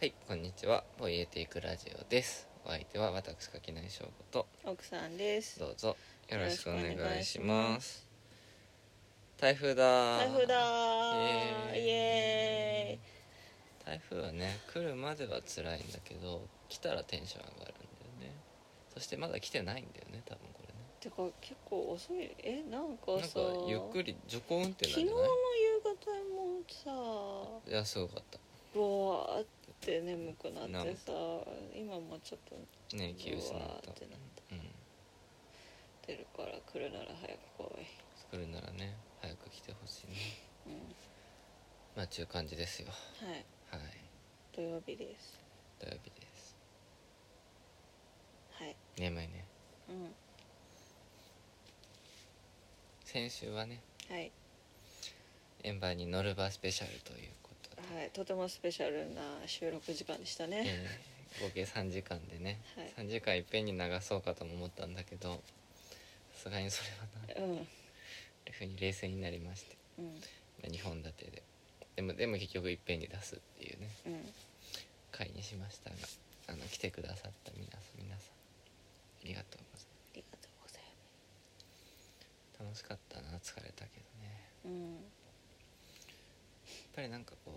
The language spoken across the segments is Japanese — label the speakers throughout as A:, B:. A: はい、こんにちは。ボイエティクラジオです。お相手は私垣内翔吾と
B: 奥さんです
A: どうぞよろしくお願
B: よろしくお願
A: い
B: い
A: し
B: し
A: ま。
B: ます
A: 台風だー。
B: 台風だー
A: イエーイ
B: イエ
A: 台風はね、来るまでは辛いんだけど、来たらテンション上がるんだよね。そしてまだ来てないんだよね、多分これね。
B: ーイてか結構遅いえなん
A: なん
B: か
A: か
B: さ
A: ゆっくり徐行運転
B: 昨
A: なんじ
B: 日
A: ゃ
B: の夕
A: ない？
B: 方も
A: いやすごかった。
B: さわーって眠くなってさ今もちょっと
A: ね、気失った。
B: うわーってなっ
A: うん。
B: 出るから来るなら早く来い、
A: 来るならね、早く来てほしいね。
B: う
A: まあ、ちゅう感じですよ。
B: ん、はい
A: はい、
B: 土曜日です
A: 土曜日です。
B: はい
A: 眠いね。
B: うん
A: 先週はね
B: はい
A: 円盤に乗る場スペシャルということで、
B: はいとてもスペシャルな収録時間でしたね、
A: えー合計3時間でね、
B: はい
A: 3時間いっぺんに流そうかとも思ったんだけどさすがにそれはない
B: うん
A: というふうに冷静になりまして
B: うん
A: 2本立てででもでも結局いっぺんに出すっていうね
B: うん
A: 回にしましたがあの来てくださった皆さん皆さんありがとうござい
B: ありがとうござい
A: ます楽しかったな疲れたけどね
B: ますうん
A: やっぱりなんかこ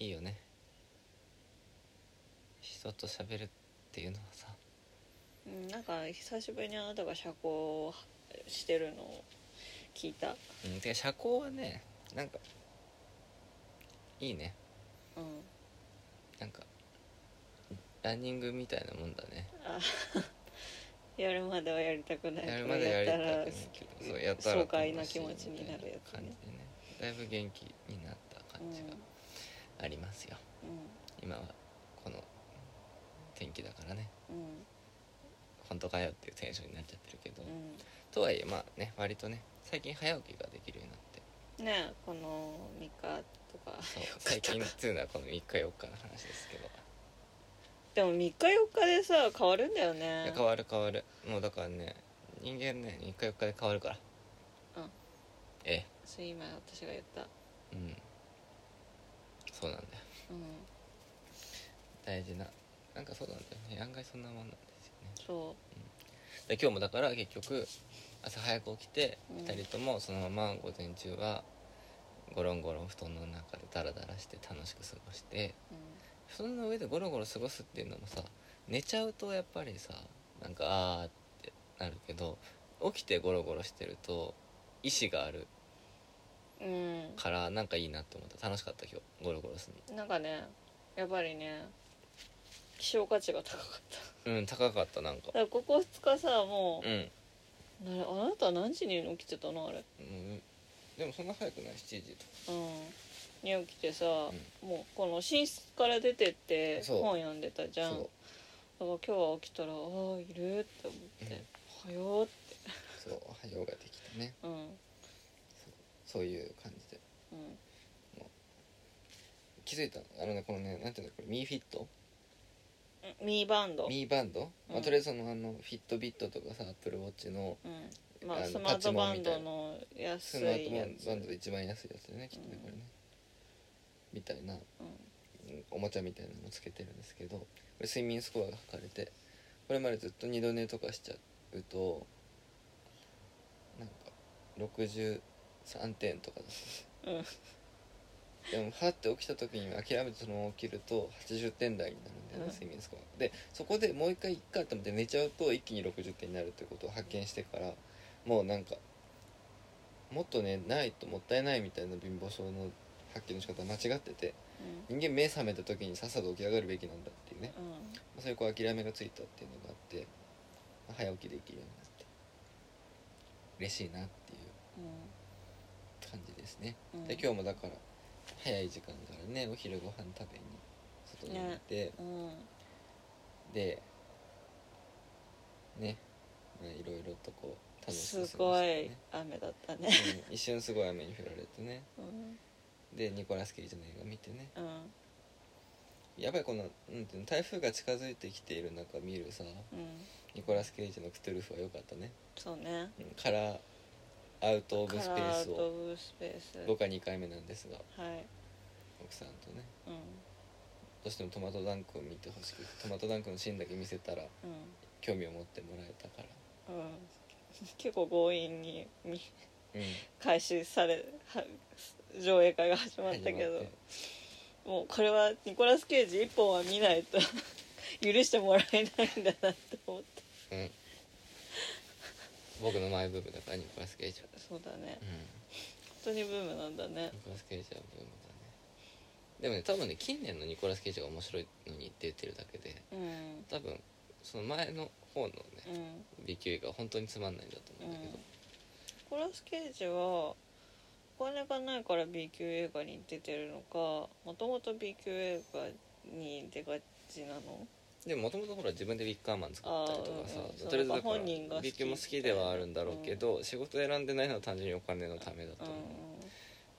A: ういいよね人と喋るっていうのはさ
B: うん、なんか久しぶりにあなたが社交をしてるのを聞いた、
A: うん、てか社交はねなんかいいね
B: うん、
A: なんかランニングみたいなもんだね
B: あ やるまではやりたくない
A: やるまでやりたくないけどそうやったら
B: 爽快な
A: 楽しい
B: 気持ちになるや
A: み
B: つ
A: たいな感じ
B: ね
A: でねだいぶ元気になった
B: うん
A: 感じがありますよ、今はこの天気だからね
B: うん
A: 本当かよっていうテンションになっちゃってるけど、
B: うん
A: とはいえまあね割とね最近早起きができるようになって
B: うんねえこの3日とか
A: そう最近っていうのはこの3日4日の話ですけど
B: でも3日4日でさ変わるんだよ
A: いや
B: ね
A: 変わる変わるもうだからね人間ね3日4日で変わるから
B: うん
A: ええ
B: そう今私が言った、うん、
A: うんそうなんだよ大事ななんかそうなんだよね案外そんなもんなんですよね
B: そ
A: で今日もだから結局朝早く起きて
B: うん
A: 2人ともそのまま午前中はゴロンゴロン布団の中でダラダラして楽しく過ごして
B: う、
A: 布団の上でゴロゴロ過ごすっていうのもさ寝ちゃうとやっぱりさなんかあーってなるけど起きてゴロゴロしてると意志がある
B: うん、うん
A: からなんかいいなって思った楽しかった今日ゴロゴロする
B: なんかねやっぱりね希少価値が高かった
A: のうん高かったなんか
B: だからここ2日さも
A: うん
B: う、なあなた何時に起きてたのあれ
A: うんでもそんな早くない7時とか
B: うんに起きてさ、
A: ん
B: もうこの寝室から出てって
A: そう
B: 本読んでたじゃんだか
A: そ
B: ら今日は起きたらああいるって思って「おはよう」って
A: うそうおはようができたね
B: うん
A: そういう感じで
B: うん
A: 気づいたあのねこのねなんていうのこれミーフィット
B: ミーバンド
A: ミーバンド、ま
B: う
A: あ、
B: ん
A: とりあえずそのあのフィットビットとかさアップルウォッチの
B: うんま
A: あ
B: あ
A: の
B: スマートバン
A: パ
B: ド
A: チ
B: の
A: ス
B: 安
A: マー
B: い
A: ト
B: や
A: バンド
B: つ
A: で一番安いやつだよねきっとね
B: うん
A: これね、みたいな
B: うん
A: うんおもちゃみたいなのつけてるんですけどこれ睡眠スコアが測れてこれまでずっと二度寝とかしちゃうとなんか63点とかだったんですよでもはって起きた時に諦めてそのまま起きると80点台になるんだよね、
B: うん
A: 睡眠スコアでそこでもう一回いっかと思って寝ちゃうと一気に60点になるってことを発見してからもうなんかもっとねないともったいないみたいな貧乏症の発見の仕方間違ってて
B: うん
A: 人間目覚めた時にさっさと起き上がるべきなんだっていうね
B: うん
A: そういうこう諦めがついたっていうのがあって早起きできるようになって嬉しいなっていう
B: う
A: 感じですね、
B: ん
A: で今日もだから早い時間からねお昼ご飯食べに外に行って、
B: うん
A: でねまあいろいろとこう楽しく過ご
B: す
A: して
B: ごい
A: ね
B: 雨だったね
A: うん一瞬すごい雨に降られてね
B: うん
A: でニコラス・ケイジの映画見てね
B: うん
A: やっぱりこのなんていうの台風が近づいてきている中見るさ
B: うん
A: ニコラス・ケイジのクトゥルフは良かったね、
B: そうね
A: うん、カラーアウト・オブ・スペ
B: カラ
A: ース
B: ーと
A: を
B: ブースペース
A: 僕は2回目なんですが
B: はい
A: 奥さんとね
B: うん
A: どうしてもトマトダンクを見てほしくてトマトダンクのシーンだけ見せたら
B: う
A: 興味を持ってもらえたから
B: ん、うん、結構強引に見
A: うん
B: 開始されは上映会が始まったけ
A: 始まっ
B: ど
A: て
B: もうこれはニコラス・ケイジ一本は見ないと 許してもらえないんだなって思って
A: うん僕のマイブームだからニコラス・ケイジは
B: そうだね
A: うん
B: 本当にブームなんだね
A: ニコラス・ケイジはブームだねでもね多分ね近年のニコラス・ケイジが面白いのに出てるだけで
B: うんうん
A: 多分その前の方のね
B: うん
A: 美球が本当につまんないんだと思うんだけど、
B: ニコラス・ケイジはお金がないから B 級映画に出てるのかもともと B 級映画に出がちなの
A: でももともとほら自分でウィッカーマン作ったりとかさ、
B: あーうんうん
A: とりあえずだから
B: 本人が好き
A: ビッグも好きではあるんだろうけど、仕事選んでないのは単純にお金のためだと
B: うん
A: 思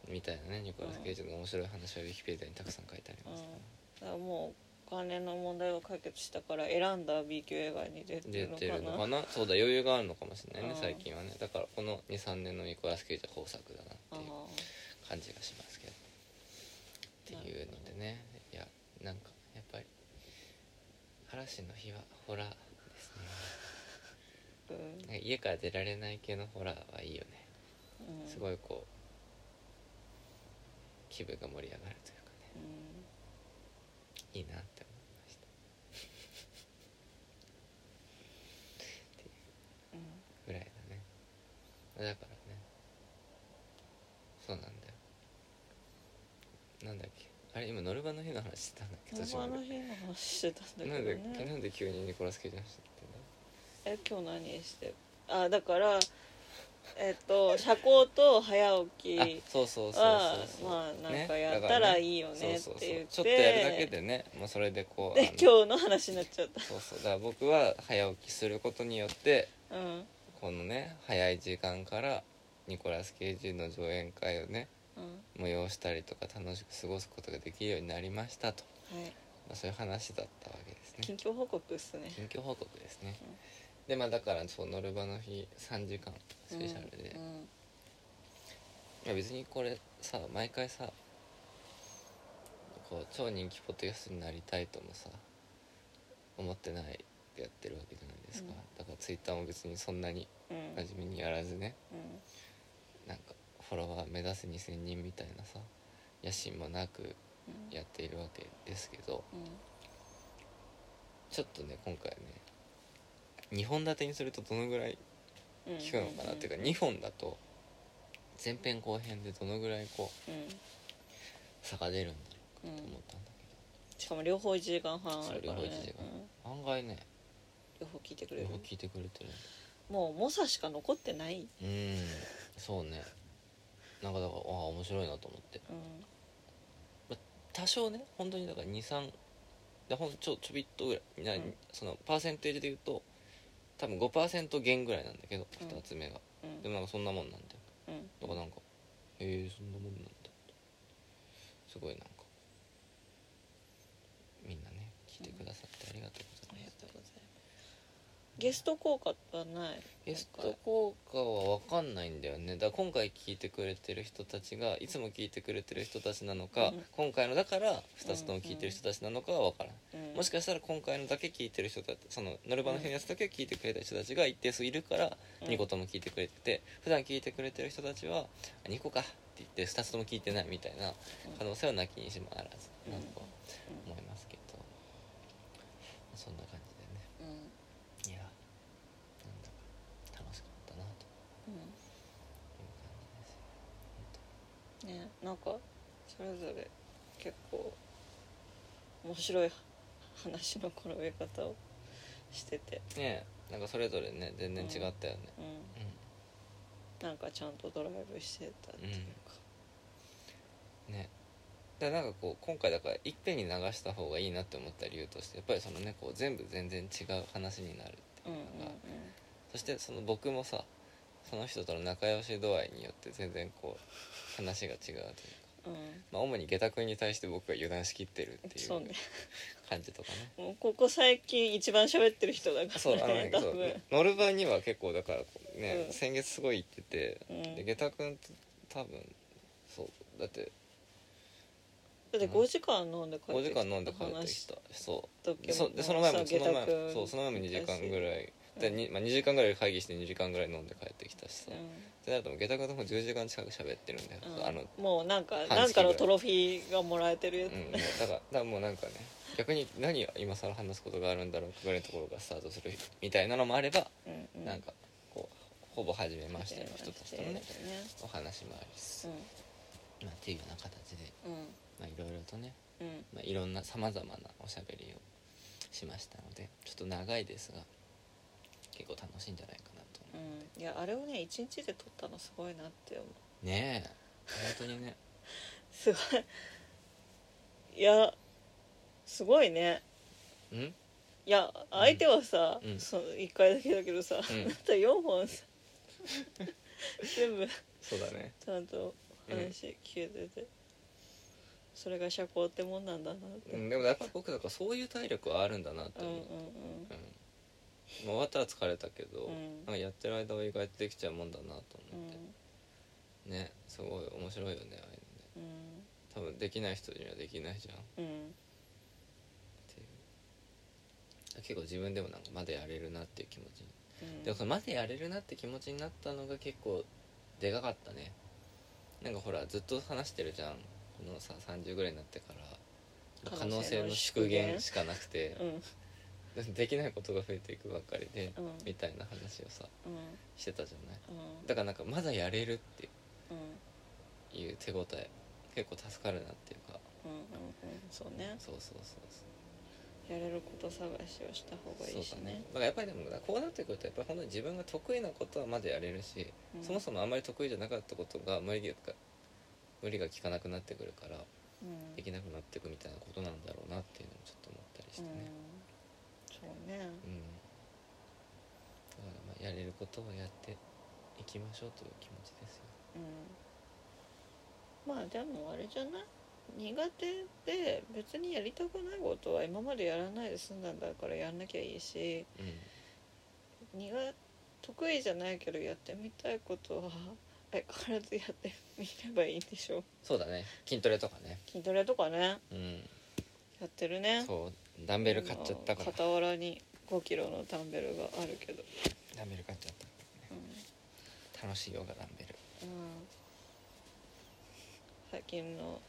A: う、みたいなねニコラス・ケイジの面白い話はウィキペディアにたくさん書いてありますから、
B: だからもうお金の問題を解決したから選んだ B 級映画に出て
A: 出
B: るのか
A: てるの
B: な
A: かなそうだ余裕があるのかもしれないね、
B: うん
A: 最近はねだからこの23年のニコラス・ケイジは豊作だな
B: あ
A: っていう感じがしますけどっていうのでねいやなんかやっぱり嵐の日はホラーですね
B: ーうん
A: なんか家から出られない系のホラーはいいよね
B: うん
A: すごいこう気分が盛り上がるというかね
B: う
A: いいなって思いました
B: んうん
A: ぐらいだねだからねそうなんだよなんだっけあれ今ノルバの日の話してたんだっけ
B: 生
A: 途中ま
B: の
A: で
B: 日の話してたんだ
A: な
B: け
A: ん
B: ど
A: で
B: ね
A: なんで急にニコラス・ケイジの話ってんだ
B: え今日何してあだからえっと社交と早起
A: あ
B: き
A: そうそうそう
B: は
A: そうそう
B: まあ
A: ね
B: なんかやった
A: だからね
B: いいよね
A: そうそう
B: って言って
A: そうちょっとやるだけでねもうそれでこうあ
B: で
A: の
B: 今日の話になっちゃっ
A: そうそうだから僕は早起きすることによって
B: たうん
A: このね早い時間からニコラス・ケイジの上演会をね
B: うん
A: 催したりとか楽しく過ごすことができるようになりましたと、
B: はい
A: まあ、そういう話だったわけですね
B: 近況報告っすね
A: 近況報告ですね、
B: うん
A: でまあだからそうノルバの日3時間スペシャルで、
B: うん
A: ま
B: うん
A: あ、別にこれさ毎回さこう超人気ポッドキャストになりたいともさ思ってないでやってるわけじゃないですか、
B: うん
A: だからツイッターも別にそんなに
B: うん
A: 真面目にやらずね、
B: うん
A: なんかフォロワー目指せ2,000人みたいなさ野心もなく
B: うん
A: やっているわけですけど
B: うん
A: ちょっとね今回ね2本立てにするとどのぐらい
B: うん
A: 効くのかなっていうか2本だと前編後編でどのぐらいこ
B: うん
A: う差が出るんだ
B: う
A: ろうと思
B: ん
A: ったんだけ
B: しかも両方1時間半あるからね
A: そう両方一時間
B: うん
A: ど案外ね
B: 両方聞いてくれ
A: 両
B: る
A: 方聞いてくれてる
B: もう猛者しか残ってない
A: うんそうねなんかだからああ面白いなと思って
B: うん
A: 多少ね本当にだから23でほんとちょちょびっとぐらいな、
B: うん
A: そのパーセンテージで言うと多分5%減ぐらいなんだけど
B: うん
A: 2つ目が、
B: うん
A: でもなんかそんなもんなんだよ
B: うん
A: だからなんかへえそんなもんなんだってすごいなんかみんなね聞いてくださってありがとう
B: あ
A: ござ
B: り
A: い
B: が
A: ます
B: とうございます。ゲスト効果はない。
A: ゲスト効果は分かんないんだよねだから今回聞いてくれてる人たちがいつも聞いてくれてる人たちなのか、
B: うん
A: 今回のだから2つとも聞いてる人たちなのかは分からないもし
B: か
A: かしたら今回のだけ聞いてる人たちそのノルバの日のやつだけ聞いてくれた人たちが一定数いるから2個とも聞いてくれてて普段聞いてくれてる人たちは「2個か」って言って2つとも聞いてないみたいな可能性はなきにしもあらず
B: うん
A: なとは思いますけどそんな感じ
B: うんうん
A: でねいやなんだか楽しかったなという感じですよ
B: うんねなんかそれぞれ結構面白い話の転べ方をしてて、
A: ねえなんかそれぞれね全然違ったよね
B: うん、
A: う
B: なんかちゃんとドライブしてたっていうか、
A: んねだからなんかこう今回だからいっぺんに流した方がいいなって思った理由としてやっぱりそのねこう全部全然違う話になるってい
B: うん
A: う
B: うん
A: のが、そしてその僕もさその人との仲良し度合いによって全然こう話が違うというか、
B: うん
A: まあ、主に下駄君に対して僕が油断しきってるっていう
B: そうね
A: 感じとかね
B: もうここ最近一番喋ってる人だか
A: そうあ
B: ら
A: のね
B: ね多
A: そ
B: 分
A: う乗る場には結構だからこうね、
B: うん
A: 先月すごい行ってて
B: うん
A: で下駄君と多分そうだって
B: だって5時間飲んで帰っ
A: 5
B: て
A: 時間飲んで帰って
B: 話
A: き
B: した
A: そ
B: た
A: うでそでその前もその前もそうその前も2時間ぐ
B: い、
A: らいで、にまあ、2時間ぐらい会議して2時間ぐらい飲んで帰ってきたしさ、ってなるともう下駄君とも10時間近く喋ってるんだよ、
B: うんうん
A: あの、うん、
B: もうなんか
A: 半月ぐらい
B: なんかのトロフィーがもらえてるやつ、
A: もうだからだからもうなんかね逆に何今更話すことがあるんだろうぐらいのところがスタートするみたいなのもあれば、
B: うんう
A: なんかこうほぼ初めましての
B: 初
A: 人
B: めま
A: た
B: し
A: ち
B: て
A: とのね
B: ね
A: お話もあります、まあ、っていうような形で、
B: うん
A: まあ、いろいろとね、
B: うんうん
A: まあ、いろんなさまざまなおしゃべりをしましたのでちょっと長いですが結構楽しいんじゃないかなと
B: うんいやあれをね一日で撮ったのすごいなって思う
A: ねえ本当にね
B: すごいいやすごいね
A: うんうん
B: いや相手はさ、
A: うん
B: その1回だけだけどさ、あなた4本さ全部
A: そうだね
B: ちゃんと話聞けてて、それが社交ってもんなんだなって、
A: う
B: うん、
A: んでもやっぱ僕だからそういう体力はあるんだなと
B: うん
A: 思う、うんまあ終わったら疲れたけど、
B: うん
A: なんかやってる間は意外とできちゃうもんだなと
B: うん
A: 思って、ねすごい面白いよねああいうのね
B: うん
A: 多分できない人にはできないじゃんっ
B: うんうん
A: ていう結構自分でもなんかまだやれるなっていう気持ちに
B: うん
A: でもそのまだやれるなって気持ちになったのが結構でかかったねなんかほらずっと話してるじゃんこのさ30ぐらいになってから可
B: 可
A: 能
B: 能
A: 性
B: 性
A: の
B: の
A: 縮
B: 縮
A: 減
B: 減
A: しかなくて
B: うん
A: できないことが増えていくばっかりで
B: うん
A: みたいな話をさ
B: うん
A: してたじゃない
B: うん
A: だからなんかまだやれるって
B: うん
A: いう手応え結構助かるなっていうか
B: うんうんうんそうね
A: そうそうそうそ
B: やれること探しをした方
A: う
B: がいいし
A: そうだね
B: ね
A: だからやっぱりでもこうなってくるとやっぱり本当に自分が得意なことはまだやれるし、
B: うん
A: そもそもあんまり得意じゃなかったことが無理が無理が効かなくなってくるから
B: うん
A: できなくなってくみたいなことなんだろうなっていうのもちょっと思ったりしてね
B: うん、そう
A: うん、
B: ね
A: だからまあやれることはやっていきましょうという気持ちですよ
B: うんまあでもあれじゃない苦手で別にやりたくないことは今までやらないで済んだんだからやんなきゃいいし
A: うん
B: 苦得意じゃないけどやってみたいことはえ必ずやってみればいいんでしょう
A: そうだね筋トレとかね
B: 筋トレとかね
A: うん
B: やってるね
A: そうダンベル買っちゃったから
B: あの傍らに5キロのダンベルがあるけど、
A: ダンベル買っちゃったから
B: う
A: ね
B: ん
A: 楽しいよがダンベル
B: うん、最近の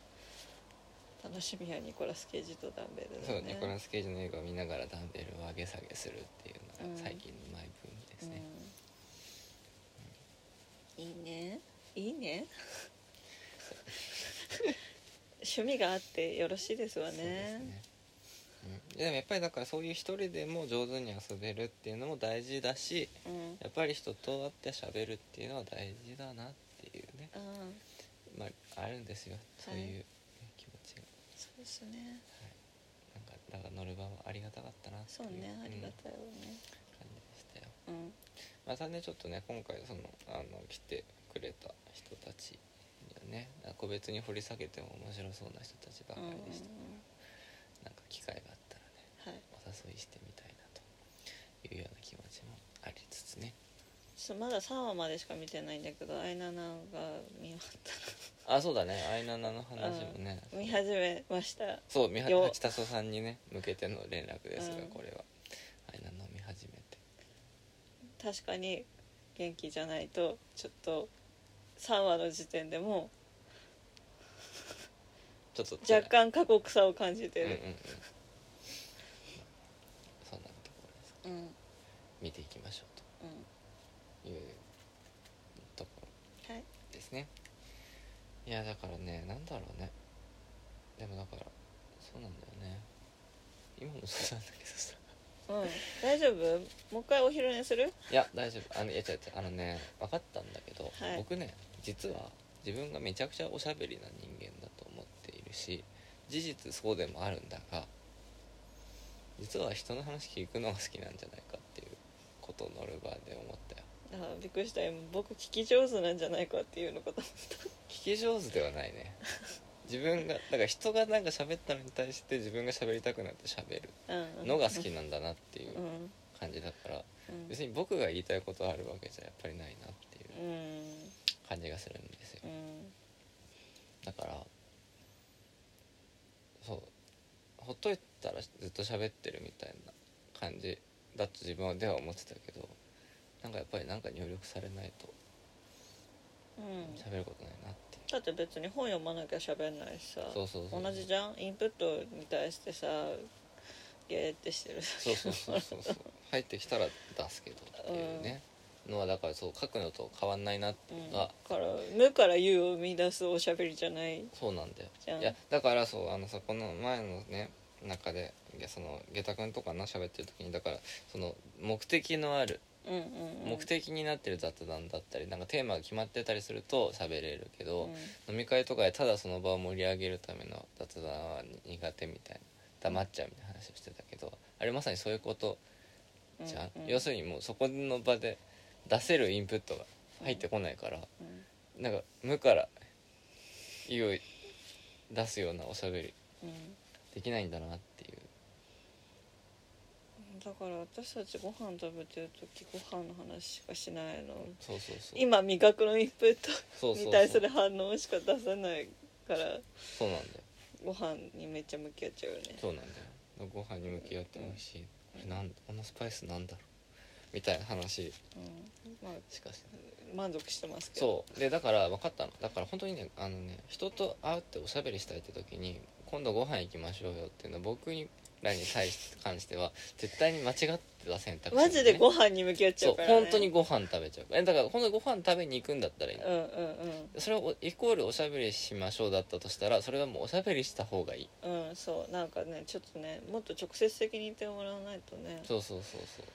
B: 楽しみはニコラス・ケイジとダンベルだ
A: そう
B: ね
A: ニコラス・ケイジの映画を見ながらダンベルを上げ下げするっていうのが最近のマイブームですね、
B: うん、いいねいい ね趣味があってよろしいですわ
A: そうです
B: ね
A: ねうん、でもやっぱりだからそういう一人でも上手に遊べるっていうのも大事だし
B: うん
A: やっぱり人と会って喋るっていうのは大事だなっていうね、
B: うん
A: まあ、あるんですよそういう、ね気持ちが
B: そうですね
A: なんかだから乗る場はありがたかったなって
B: そ
A: いう
B: ね
A: ん
B: ありが
A: 感
B: たいよね
A: じでしたよ
B: うん
A: またねちょっとね今回そのあの来てくれた人たちにはね個別に掘り下げても面白そうな人たちばか
B: うんうんうん
A: りでした、なんか機会があったらね
B: はい
A: お誘いしてみたいなというような気持ちもありつつね
B: ちょっとまだ3話までしか見てないんだけどアイナナが見終わった
A: あそうだねアイナナの話もね
B: 見始めました
A: そう見は
B: よ
A: 八田曽さんにね向けての連絡ですが
B: うん
A: これはアイナナを見始めて
B: 確かに元気じゃないとちょっと3話の時点でも
A: ちょっと
B: う
A: 辛い
B: 若干過酷さを感じて
A: うんうんう
B: る
A: んそんなところです
B: うんうん
A: 見ていきましょうというところ
B: はい
A: ですねいやだからねなんだろうねでもだからそうなんだよね今もそうなんだけどさ
B: うん大丈夫もう一回お昼寝する
A: いや大丈夫あのいや違う違うあのね分かったんだけど、
B: はい
A: 僕ね実は自分がめちゃくちゃおしゃべりな人間だと思っているし事実そうでもあるんだが実は人の話聞くのが好きなんじゃないかっていうことをノルバーで思ったよ
B: あーびっくりした今僕聞き上手なんじゃないかっていうのかと
A: 聞き上手ではないね自分がだから人がなんか喋ったのに対して自分が喋りたくなって喋る
B: うん
A: のが好きなんだなっていう
B: うん
A: 感じだから
B: うん
A: 別に僕が言いたいことあるわけじゃやっぱりないなっていう
B: うん
A: 感じがするんですよ
B: うん
A: だからそうほっといたらずっと喋ってるみたいな感じだと自分では思ってたけどなんかやっぱりなんか入力されないと
B: うん
A: 喋ることないなってい
B: だって別に本読まなきゃ喋んないしさ
A: うそうそうそう
B: 同じじゃんインプットに対してさゲーってしてる
A: そうそうそうそうそう入ってきたら出すけどっていうね、のはだからそう書くのと変わんないなっていうのは、
B: から無から有を生み出すおしゃべりじゃない
A: そうなんだよ
B: じゃん
A: いやだからそうあのさこの前のね中でいやその下駄君とかな喋ってる時にだからその目的のある
B: うんうんうん
A: 目的になってる雑談だったりなんかテーマが決まってたりすると喋れるけど、
B: うん
A: 飲み会とかでただその場を盛り上げるための雑談は苦手みたいな黙っちゃうみたいな話をしてたけどあれまさにそういうことじゃん、
B: うんうん
A: 要するにもうそこの場で出せるインプットが入ってこないから、
B: うん
A: なんか無から意を出すようなおしゃべり
B: うん
A: できないんだなっていう
B: だから私たちご飯食べてる時ご飯の話しかしないの
A: そうそうそう
B: 今味覚のインプッ
A: そうそ
B: ト
A: うそ
B: に
A: う
B: 対する反応しか出さないから
A: そうなんだよ
B: ご飯にめっちゃ向き合っちゃうよね
A: そうなんだよご飯に向き合ってもいいし、これなんこのスパイスなんだろうみたいな話
B: うんまあ
A: しかしない
B: 満足してますけ
A: そ
B: ど
A: うでだから分かったのだから本当にねあのね人と会っておしゃべりしたいって時に今度ご飯行きましょうよっていうのは僕らに対して関しては絶対に間違ってた選択肢、
B: マジでご飯に向き合っちゃ
A: そうう
B: からね
A: 本当にご飯食べちゃうえだから本当にご飯食べに行くんだったらいい、
B: うんうん
A: それはイコールおしゃべりしましょうだったとしたらそれはもうおしゃべりした方がいい
B: うんうんそうなんかねちょっとねもっと直接的に言ってもらわないとね
A: そうそうそうそう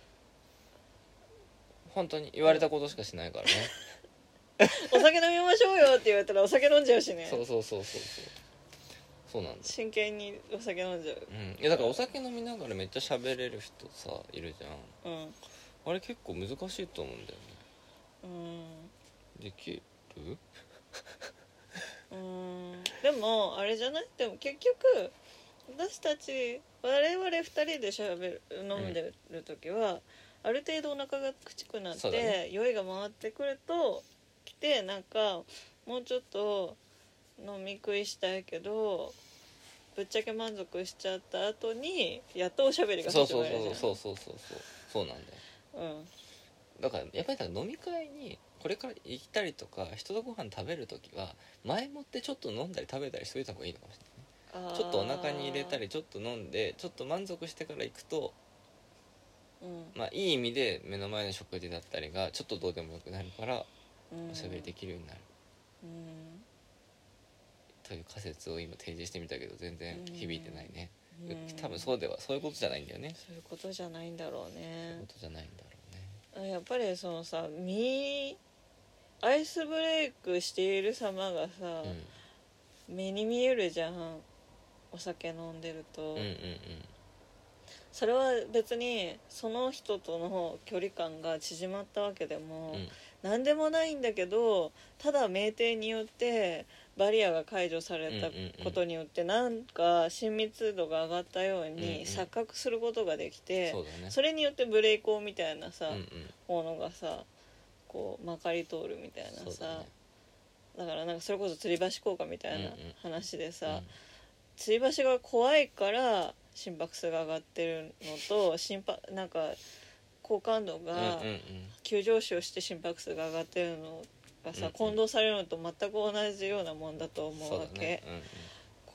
A: 本当に言われたことしかしないからね
B: お酒飲みましょうよって言われたらお酒飲んじゃうしね
A: そうそうそうそうそうそうなんだ
B: 真剣にお酒飲んじゃう
A: うん、いやだからお酒飲みながらめっちゃ喋れる人さいるじゃん
B: うん
A: あれ結構難しいと思うんだよ
B: うん
A: ねできる
B: うーんでもあれじゃないでも結局私たち我々2人でしゃべる飲んでる時は、ある程度お腹がくちくなっ
A: そうだ
B: て、
A: ね
B: 酔いが回ってくると来てなんかもうちょっと飲み食いしたいけどぶっちゃけ満足しちゃった後にやっとおしゃべりが
A: そう
B: 始
A: そう
B: まるじゃん
A: そうそうそうそうそうそうなんだよ
B: うん
A: だからやっぱりだから飲み会にこれから行ったりとか人とご飯食べる時は前もってちょっと飲んだり食べたりしといた方がいいのかもしれない
B: あー
A: ちょっとお腹に入れたりちょっと飲んでちょっと満足してから行くと
B: うん
A: まあいい意味で目の前の食事だったりがちょっとどうでもよくなるから
B: うん
A: おしゃべりできるようになる
B: うん
A: という仮説を今提示してみたけど全然響いてないね
B: うん
A: 多分そうではそういうことじゃないんだよね
B: そういうことじゃないんだろう
A: そうい
B: ね
A: うことじゃないんだろうね
B: やっぱりそのさ身アイスブレイクしている様がさ、
A: う
B: 目に見えるじゃんお酒飲んでると、
A: んうんうん
B: それは別にその人との距離感が縮まったわけでも、
A: うんうん
B: 何でもないんだけどただ酩酊によってバリアが解除され
A: うんうんう
B: た
A: ん
B: ことによってなんか親密度が上がったよう
A: うんうん
B: に錯覚することができて、
A: そうだね
B: それによってブレイクみたいなさ、
A: うんうん
B: ものがさこうまかり通るみたい
A: そ
B: な
A: う
B: さ
A: だ
B: だ,、
A: ね
B: からなんかそれこそ吊り橋効果みたいな
A: うんうん
B: 話でさ、
A: うん
B: 吊り橋が怖いから心拍数が上がってるのと心拍なんか好感度が
A: うんうんうん
B: 急上昇して心拍数が上がってるの
A: うん
B: が
A: う
B: さ
A: ん
B: 混同されるのと全く同じようなもんだと思
A: そうう
B: わ
A: だ
B: け、
A: ねうんうん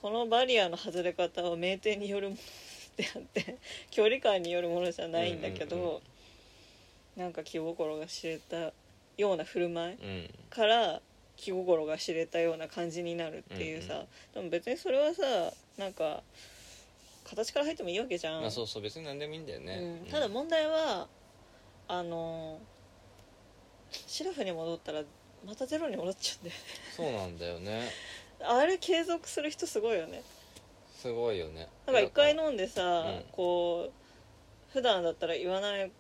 B: このバリアの外れ方は名店によるものであって 距離感によるものじゃないんだけど、
A: うんうんうん
B: なんか気心が知れたような振る舞い
A: うん
B: から気心が知れたような感じになるっていうさ、でも別にそれはさなんか形から入ってもいいわけじゃん、
A: まあそうそう別に何でもいいんだよね
B: うんただ問題はあのシラフに戻ったらまたゼロに戻っちゃうんだよ
A: そうなんだよね
B: ねあれ継続する人すごいよね
A: すごいよね
B: なんか一回飲んでさ、
A: うん
B: こう普段だったら言わない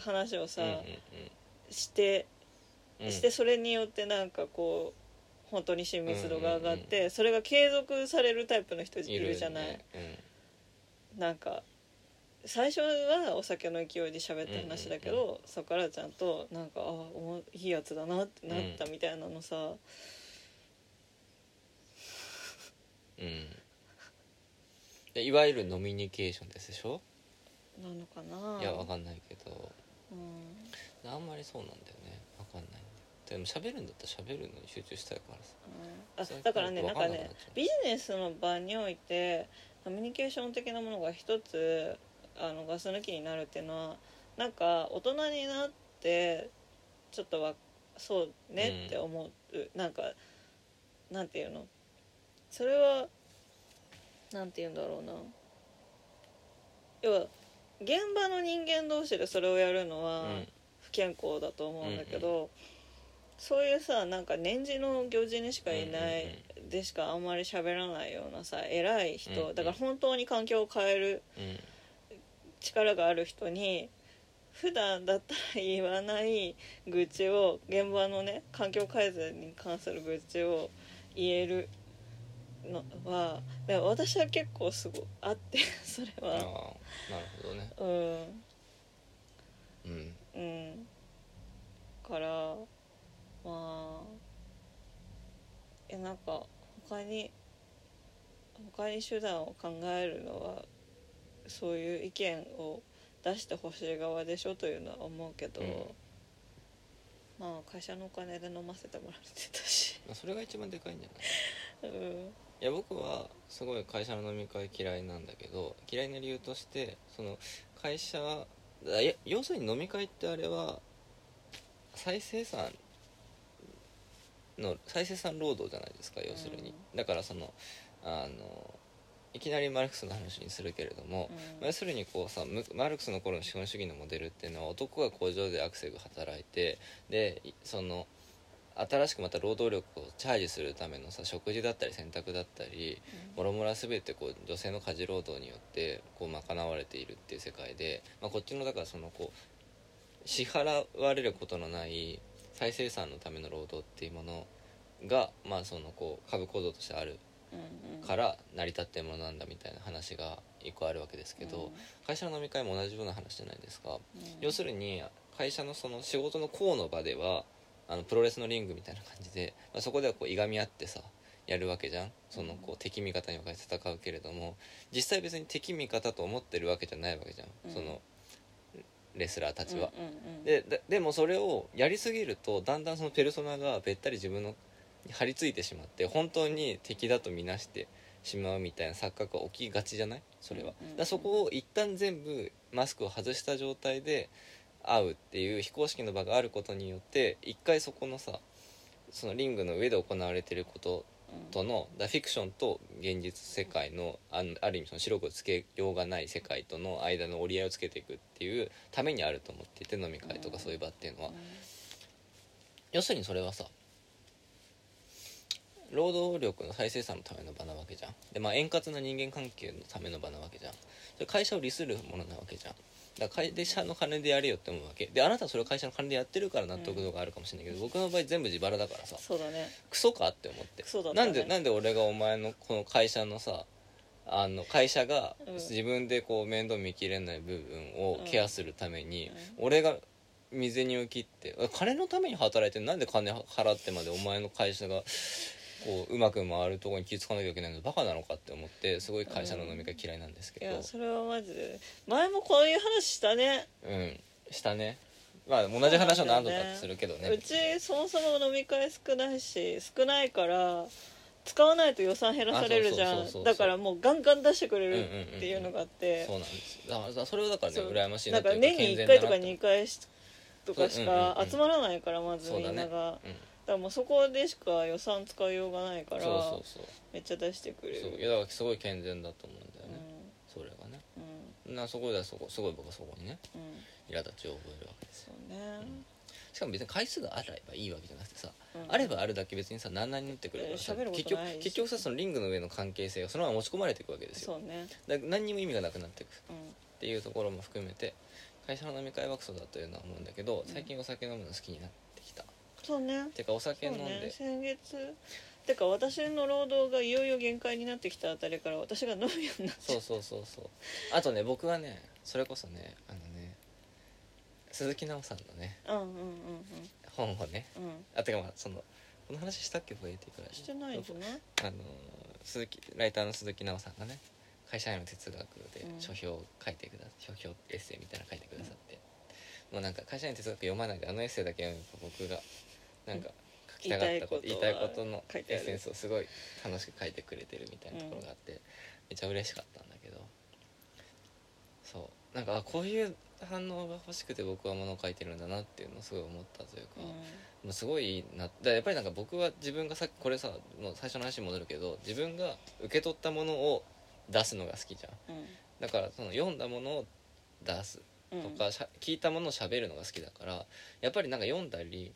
B: 話をさ、
A: うんうん
B: して
A: うん
B: してそれによってなんかこう本当に親密度が上がって、それが継続されるタイプの人
A: う
B: い
A: ん
B: るじゃない、
A: ねうん
B: なんか最初はお酒の勢いで喋った話だけど、
A: う
B: そこからちゃんとなんかあおもいいやつだなってなったみたいなのさ、
A: うんでいわゆるノミニケーションですでしょ、
B: なのかない
A: やわかんないけど
B: うん
A: あんまりそうなんだよねわかんないんだよでも喋るんだったら喋るのに集中したいからさ
B: あ
A: 最近
B: だからね
A: よ
B: なん
A: くわ
B: か
A: かんなくなっちゃう
B: ねビジネスの場においてコミュニケーション的なものが一つあのガス抜きになるっていうのはなんか大人になってちょっとわそうねって思う、なんかなんていうのそれはなんていうんだろうな要は現場の人間同士でそれをやるのは、
A: うん
B: 不健康だと思うんだけど、そういうさなんか年次の行事にしかいない、
A: うんうん
B: でしかあんまり喋らないようなさ偉い人、
A: うんうん
B: だから本当に環境を変える
A: うん
B: 力がある人に普段だったら言わない愚痴を現場のね環境改善に関する愚痴を言えるのはでも私は結構すごいあってそれ
A: ああなる
B: は。
A: ほどね
B: う
A: う
B: ん
A: ん
B: うんからまあえなんか他に他に手段を考えるのはそういう意見を出してほしい側でしょというのは思うけど、
A: うん
B: まあ会社のお金で飲ませてもらってたし、
A: まあそれが一番でかいんじゃない
B: うん、
A: いや僕はすごい会社の飲み会嫌いなんだけど嫌いな理由としてその会社あいや要するに飲み会ってあれは再生産の再生産労働じゃないですか要するに、だからそのあのいきなりマルクスの話にするけれども、まあ要するにこうさむマルクスの頃の資本主義のモデルっていうのは男が工場でアクセル働いてでいその新しくまた労働力をチャージするためのさ食事だったり洗濯だったりもろもろは全てこう女性の家事労働によってこう賄われているっていう世界で、まあ、こっちのだからそのこう支払われることのない再生産のための労働っていうものが、まあ、そのこう株構造としてある
B: うんうん
A: から成り立ってるものなんだみたいな話が一個あるわけですけど、会社の飲み会も同じような話じゃないですか、
B: うんうん
A: 要するに会社のその仕事の項の場ではあのプロレスのリングみたいな感じで、まあ、そこではこういがみ合ってさやるわけじゃんそのこう敵味方に分かれて戦うけれども実際別に敵味方と思ってるわけじゃないわけじゃん、
B: うん
A: そのレスラーたちは。
B: うんうんうん
A: でででもそれをやりすぎるとだんだんそのペルソナがべったり自分のに張り付いてしまって本当に敵だと見なしてしまうみたいな錯覚が起きがちじゃないそれは、
B: うんうんう
A: だ
B: ん
A: からそこを一旦全部マスクを外した状態で会うっていう非公式の場があることによって一回そこのさそのリングの上で行われてること
B: うん
A: とのだからフィクションと現実世界のあのある意味その白くつけようがない世界との間の折り合いをつけていくっていうためにあると思っていて飲み会とかそういう場っていうのは、要するにそれはさ労働力の再生産のための場なわけじゃんで、まあ、円滑な人間関係のための場なわけじゃんそれ会社を利するものなわけじゃんだから会社の金でやれよって思うわけであなたはそれを会社の金でやってるから納得度があるかもしれないけど、僕の場合全部自腹だからさ
B: そうだね
A: クソかって思って
B: クソだった
A: な
B: ね
A: んでなんで俺がお前のこの会社のさあの会社が
B: うん
A: 自分でこう面倒見きれない部分をケアするために、
B: う
A: 俺が未然に切って金のために働いてなんで金払ってまでお前の会社がこううまく回るところに気ぃ付かなきゃいけないのバカなのかって思ってすごい会社の飲み会嫌いなんです
B: い
A: けど
B: やそれはマジで前もこういう話したね
A: うんしたねまあ同じ話を何度かするけどね
B: うちそもそも飲み会少ないし少ないから使わないと予算減らされるじ
A: あそ
B: ゃ
A: うそうそうそうん
B: だからもうガンガン出してくれるっていうのがあって
A: そうなんですだからそれはだからね
B: そう
A: 羨ましい
B: な
A: なんと
B: か
A: いう
B: 年に
A: 健全だ
B: 1回
A: な
B: とか
A: て
B: 2回しとかし
A: うんうん
B: か
A: うん
B: 集まらないからまず
A: そう
B: み
A: だ
B: んな
A: ね
B: が
A: うん
B: だからもうそこでしか予算使いようがないから
A: そうそうそう
B: めっちゃ出してくれ
A: そうい
B: る
A: やだからすごい健全だと思うんだ
B: う
A: よ
B: ん
A: ね、それがね
B: うん
A: なそこではそこすごい僕はそこにね
B: うん
A: 苛立ちを覚えるわけです
B: そうね
A: しかも別に回数があればいいわけじゃなくてさ、
B: うん
A: あればあるだけ別にさ何々になってくるからさ
B: 喋ること
A: 結局
B: ないし
A: 結局さそのリングの上の関係性がそのまま持ち込まれていくわけですよ
B: そうね
A: だから何にも意味がなくなっていく
B: うん
A: っていうところも含めて会社の飲み会はクソだというのは思うんだけど最近お酒飲むの好きになってきた、
B: そうね
A: てかお酒
B: そう
A: 飲んで、
B: ね先月てか私の労働がいよいよ限界になってきたあたりから私が飲むようになっ
A: そうそうそうそうあとね僕はねそれこそねあのね鈴木奈緒さんのね
B: たうんうんうん
A: 本をね
B: うんうん
A: あてかまあそのこの話したっけ僕が言っていくら
B: してないんじゃない
A: あの鈴木ライターの鈴木奈緒さんがね会社への哲学で
B: うん
A: 書評を書いてくだ書評エッセイみたいなの書いてくださって、もうなんか会社への哲学読まないであのエッセイだけ読むと僕がなんか書きたかったこと
B: 言
A: 言
B: い
A: い
B: た
A: たい
B: いこ
A: ことと
B: は
A: の
B: 書い
A: エ
B: てあ
A: ッ
B: る
A: センスをすごい楽しく書いてくれてるみたいなところがあって、めちゃ嬉しかったんだけどそうなんかあこういう反応が欲しくて僕は物を書いてるんだなっていうのをすごい思ったというか。もうすごいなだからやっぱりなんか僕は自分がさこれさもう最初の話に戻るけど自分が受け取ったものを出すのが好きじゃん
B: うんうん
A: だからその読んだものを出す
B: う
A: と
B: ん
A: か、しゃ聞いたものを喋るのが好きだからやっぱりなんか読んだり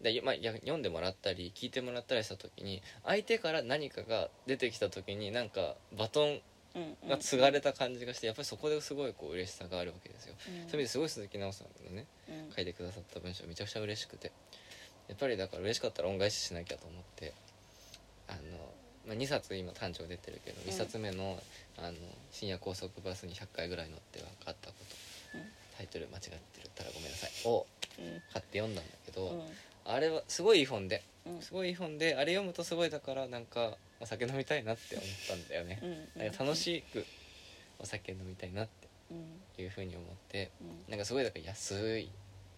A: で、まあ、や読んでもらったり聞いてもらったりした時に相手から何かが出てきた時になんかバトン
B: うんうん
A: が継がれた感じがしてやっぱりそこですごいこう嬉しさがあるわけですよ。
B: う
A: そうい
B: ん
A: う意味ですごい鈴木直さんのね
B: うん
A: 書いてくださった文章めちゃくちゃ嬉しくてやっぱりだから嬉しかったら恩返ししなきゃと思ってあの、まあ、2冊今単調出てるけど
B: うん
A: 1冊目の,、あの深夜高速バスに100回ぐらい乗って分かったこと、
B: うん
A: タイトル間違ってるったらごめんなさいを
B: うん
A: 買って読んだんだけど、
B: うん
A: あれはすごいいい本で
B: うん
A: すごいいい本であれ読むとすごいだからなんかお酒飲みたいなって思ったんだよね
B: う、んうん
A: なんか楽しくお酒飲みたいなっ
B: うん
A: ていうふうに思って
B: うん
A: なんかすごいだから安い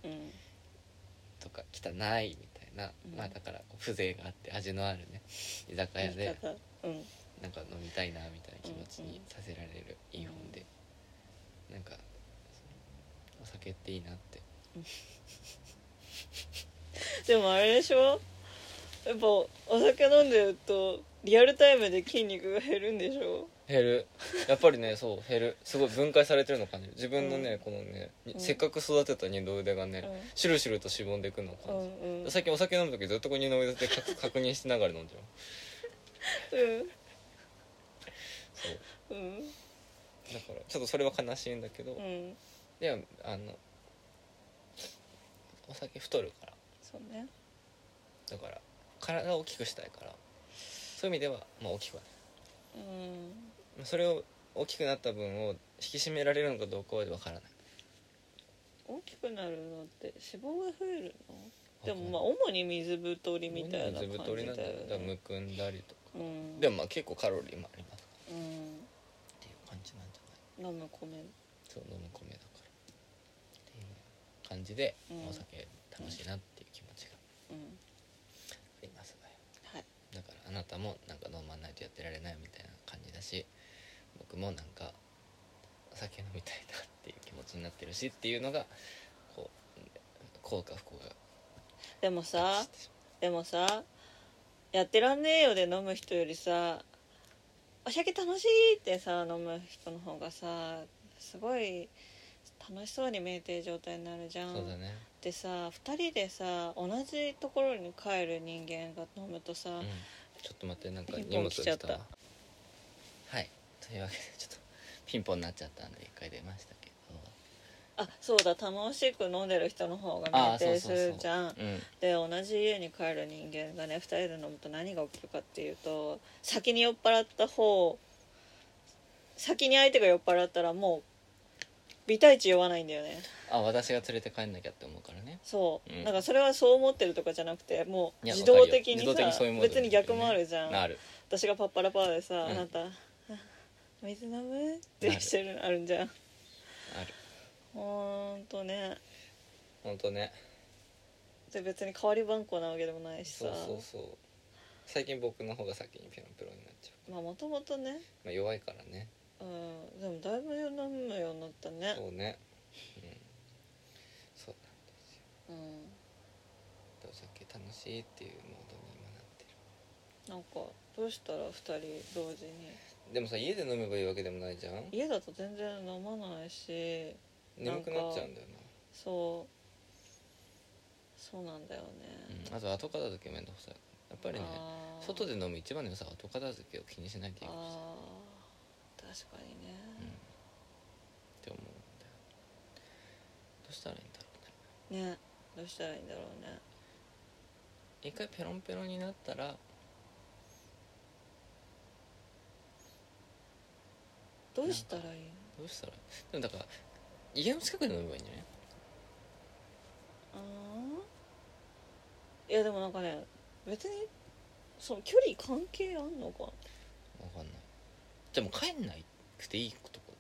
B: うん
A: とか汚いみたいな、
B: うん
A: まあだからこう風情があって味のあるね居酒屋
B: 言い
A: で
B: 方うん
A: なんか飲みたいなみたいな気持ちにさせられる
B: うん
A: いい本で、なんかお酒っていいなって
B: でもあれでしょやっぱお酒飲んでるとリアルタイムで筋肉が減るんでしょ
A: 減るやっぱりねそう減るすごい分解されてるの感じる自分のね、
B: うん
A: このね、に
B: うん
A: せっかく育てた二の腕がね、
B: うん
A: シュルシュルとしぼんでいくのを
B: う
A: 感じる、
B: んうん
A: 最近お酒飲む時ずっとこう二の腕でか確認しながら飲んじゃうそう
B: うんうん
A: だからちょっとそれは悲しいんだけど、
B: うん
A: でもあのお酒太るから
B: そうね
A: だから体を大きくしたいからそういう意味では、まあ、大きくはない
B: うん
A: まあそれを大きくなった分を引き締められるのかどうかは分からない
B: 大きくなるのって脂肪が増えるのでもまあ主に水太りみたいな感
A: 水
B: じ
A: 太りなんだ
B: だ
A: よ
B: よ
A: だからむ
B: ね
A: くんだりとか、
B: うん
A: でもまあ結構カロリーもあります
B: う
A: っていう感じなんじゃない
B: ん飲む米
A: そう飲む米だからっていう感じで、
B: うん
A: まあお酒楽しいなっていう気持ちが
B: うん
A: ありますね
B: はい
A: だからあなたもなんか飲まないとやってられないみたいな感じだし僕もなんかお酒飲みたいなっていう気持ちになってるしっていうのがこう効果不幸が
B: でも
A: 合致
B: さ
A: してし
B: でもさやってらんねえよで飲む人よりさお酒楽しいってさ飲む人の方がさすごい楽しそうに見えてる状態になるじゃ
A: ま
B: ん
A: う、そうだね、
B: でさ2人でさ同じところに帰る人間が飲むとさ、
A: うん、ちょっと待ってなんか
B: ピンポン
A: 荷物
B: 来ちゃった
A: わはいというわけでちょっとピンポンになっちゃったんで一回出ましたけ
B: あそうだ楽しく飲んでる人の方が
A: あ
B: 見
A: あ
B: えてる
A: そうそうそう
B: じゃん
A: どうん
B: で同じ家に帰る人間がね2人で飲むと何が起きるかっていうと先に酔っ払った方先に相手が酔っ払ったらもうビタイチ酔わないんだよね
A: あ私が連れて帰んなきゃって思うからね
B: そう、
A: うん
B: なんかそれはそう思ってるとかじゃなくてもう
A: いや
B: 自
A: わか
B: 動
A: るよ
B: 的に
A: 自動的
B: さ
A: にそういうモード
B: 別に逆もあるじゃん、
A: なる
B: 私がパッパラパーでさ、
A: うん
B: あなた「水飲む?」ってしてるのあるんじゃん
A: なる
B: ほんとね
A: ほんとね
B: で別に代わり番号なわけでもないしさ
A: そうそうそう最近僕の方が先にピロンピロンになっちゃう、
B: まあもともとね
A: まあ、弱いからね
B: うんでもだいぶ飲むようになったね
A: そうね、うん、そうなんですよ
B: うん
A: でお酒楽しいっていうモードに今なってる
B: なんかどうしたら2人同時に
A: でもさ家で飲めばいいわけでもないじゃん
B: 家だと全然飲まないし
A: 眠くなっちゃうんだよ
B: そうそうなんだよね、
A: な、うん、あと後片付けめんどくさいやっぱりね
B: あー
A: 外で飲む一番の良さは後片付けを気にしないでいいことさ
B: あー確かにね、
A: うんって思うんだよどうしたらいいんだろうね
B: ねどうしたらいいんだろうね
A: 一回ペロンペロンになったら
B: どうしたらいいの
A: どうしたらでもだから家の近くで飲めばいいんじゃない
B: あーいやでもなんかね別にその距離関係あんのか
A: わかんないじゃあもう帰んないくていいとこ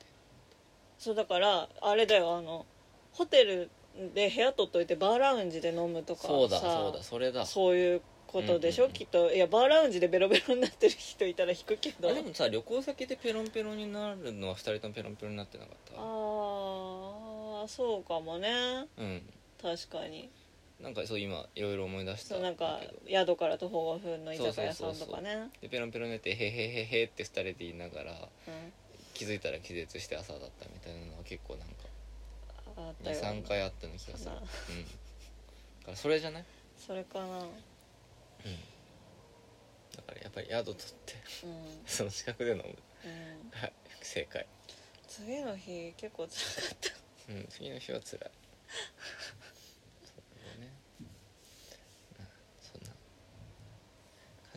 B: そうだからあれだよあのホテルで部屋取っといてバーラウンジで飲むと
A: で
B: か
A: そうだ
B: さ
A: そうだそれだ
B: そういうことでしょ、
A: うんうんうん
B: きっといやバーラウンジでベロベロになってる人いたら引くけど
A: あでもさ旅行先でペロンペロンになるのは2人ともペロンペロンになってなかっ
B: あーそうかもね
A: たうん
B: 確かに
A: なんかそう今いろいろ思い出した
B: そうなんか
A: だけど
B: 宿から徒歩5分の居酒屋さんとかね
A: でペロンペロンになって「へへへへ」って2人で言いながら
B: うん
A: 気づいたら気絶して朝だったみたいなのは結構なんか
B: あったよ
A: 23回あったの気がする
B: かな
A: うんだからそれじゃない
B: それかなうん
A: だからやっぱり宿取ってその近くで飲む
B: うん
A: はい正解
B: 次の日結構辛かった
A: うん次の日は辛いそうだよねうんそん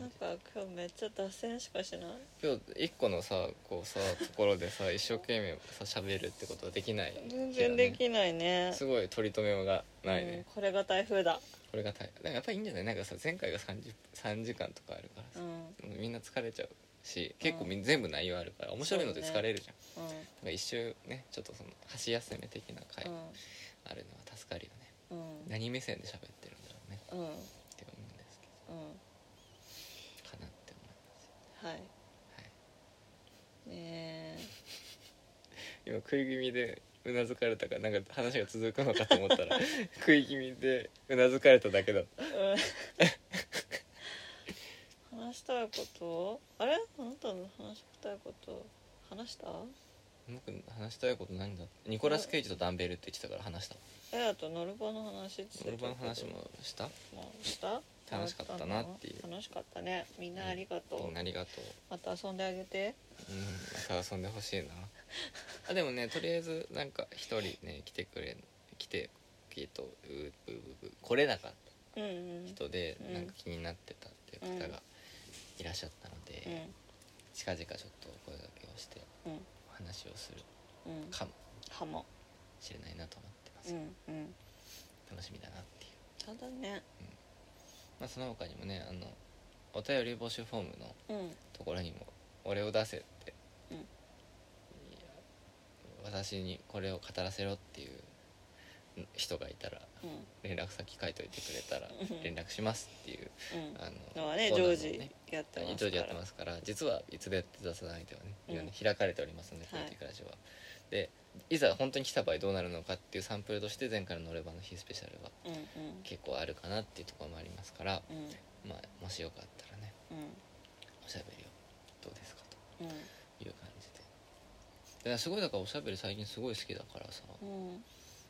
A: な
B: なん
A: 感じ
B: か今日めっちゃ脱線しかしない
A: 今日一個のさこうさところでさ一生懸命さ喋るってことはできない
B: 全然できないね
A: すごい取り留めがないね、
B: うんこれが台風だ
A: これが大変なんかやっぱりいいんじゃないなんかさ前回が 30, 3時間とかあるから
B: う
A: さ
B: ん、うん、
A: みんな疲れちゃうし結構みん全部内容あるから面白いので疲れるじゃん、なんか一周ねちょっとその箸休め的な回あるのは助かるよね、
B: うんうん
A: 何目線で喋ってるんだろうね
B: うんうん
A: って思うんですけどかなって思いますよ
B: はい
A: はい
B: ねえ
A: 今食い気味でうなずかれたからなんか話が続くのかと思った ら食い気味でうなずかれただけだった
B: うん 話したいことあれあなたの話したいこと話した
A: 僕話したいことないんだニコラス・ケイジとダンベルって言ってたから話した
B: えあとノルバの話って
A: 俺
B: 言ってた
A: の話もした
B: まあした
A: 楽しかったなっていう
B: 楽しかったねみんなありがとう、
A: みんなありがとう
B: また遊んであげて
A: うん、また遊んでほしいなあでもねとりあえずなんか一人ね来てくれ来てきっとうううう来れなかっ
B: うんう
A: た
B: ん
A: 人で、
B: うん
A: なんか気になってたっていう方がいらっしゃったので、近々ちょっとお声掛けをして
B: うんうん
A: お話をする
B: うん
A: かも
B: かも
A: しれないなと思ってま
B: う
A: す、
B: んうん
A: 楽しみだなっていう、
B: ただね
A: まあ、その他にもねあのお便り募集フォームの
B: うん
A: ところにも「俺を出せ」って、
B: うん
A: いや私にこれを語らせろっていうん人がいたら
B: うん
A: 連絡先書いといてくれたら
B: うん
A: 連絡しますっていう
B: うん
A: あの
B: のはね
A: コーナーも
B: 常時やってますから
A: 常時やってますから実はいつで手伝わない手はね今ね開かれておりますので「
B: は
A: ポ
B: い
A: エティックラジオは」でいざ本当に来た場合どうなるのかっていうサンプルとして前回の「ノレバの日スペシャル」は
B: うんうん
A: 結構あるかなっていうところもありますから、
B: うん
A: まあ、もしよかったらね
B: う
A: おしゃべりをどうですかと。
B: ん
A: いう感じでいやすごいだからおしゃべり最近すごい好きだからさ
B: うん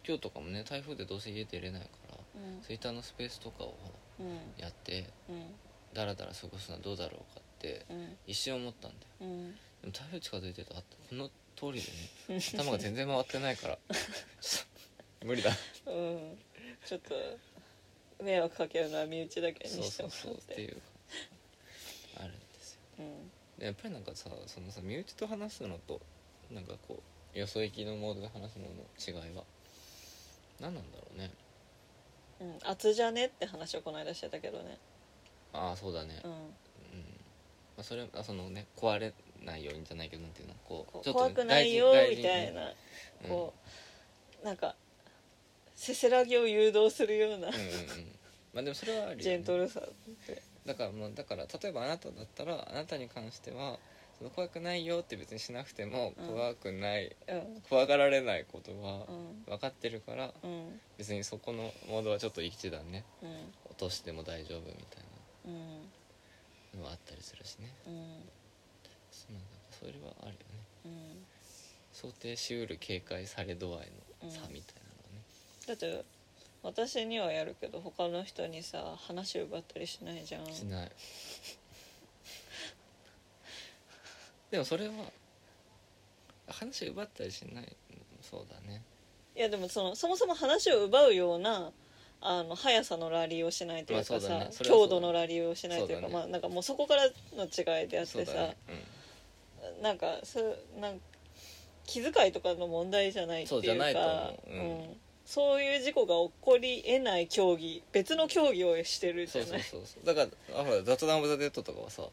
A: 今日とかもね台風でどうせ家出れないから
B: うん
A: ツイッターのスペースとかを
B: うん
A: やって
B: うん
A: ダラダラ過ごすのはどうだろうかって
B: うん
A: 一瞬思ったんだよ
B: うん
A: でも台風近づいてるとあこの通りでね 頭が全然回ってないからちょっと無理だ
B: うんちょっと迷惑かけるのは身内だけ
A: そう
B: にして
A: そう
B: も
A: そ
B: ら
A: う
B: っ
A: ってい
B: て
A: うあるんですよ
B: うん
A: でやっぱりなんかさそのさ身内と話すのとなんかこうよそ行きのモードで話すのの違いは何なんだろうね
B: うん厚じゃねって話をこの間してたけどね
A: ああそうだね
B: う
A: うん、
B: ん
A: まあ、それあそのね壊れないようにじゃないけどなんていうのこう
B: こう
A: ちょっと
B: 怖
A: ね
B: くないよ
A: 大事
B: みたい
A: 大
B: な
A: 事に
B: こうなんかせせらぎを誘導するような
A: うんうんうんうんまあでもそれはある
B: ジェント
A: よ、ね、
B: ルさって
A: だからもうだから例えばあなただったらあなたに関してはその怖くないよって別にしなくても
B: うん
A: 怖くない、
B: うん
A: 怖がられないことは
B: うん
A: 分かってるから
B: うん
A: 別にそこのモードはちょっと一段ね
B: うん
A: 落としても大丈夫みたい
B: うん
A: なのはあったりするしね
B: うん
A: そうなんだそれはあるよね
B: うん
A: 想定しうる警戒され度合いの差
B: うん
A: みたいなのはね、
B: だって私にはやるけど他の人にさ話奪ったりしないじゃん
A: しない でもそれは話奪ったりしないそうだね
B: いやでもそのそもそも話を奪うようなあの速さのラリーをしないという
A: ま
B: か
A: あそ
B: さ、
A: うだねそれはそう
B: 強
A: だね
B: 度のラリーをしないという
A: そうだ
B: か
A: ね
B: まあなんかもうそこからの違いであっ
A: そう
B: て
A: だ
B: さ、
A: ね、
B: なんかそうなん気遣いとかの問題じゃないってい
A: そ
B: うか
A: うじゃないと思ううん
B: そういう事故が起こりえない競技別の競技をしてるじ
A: そ
B: ゃ
A: うそ
B: な
A: う
B: い
A: そうそうだからあほら雑談オブザ・デッドとかはさ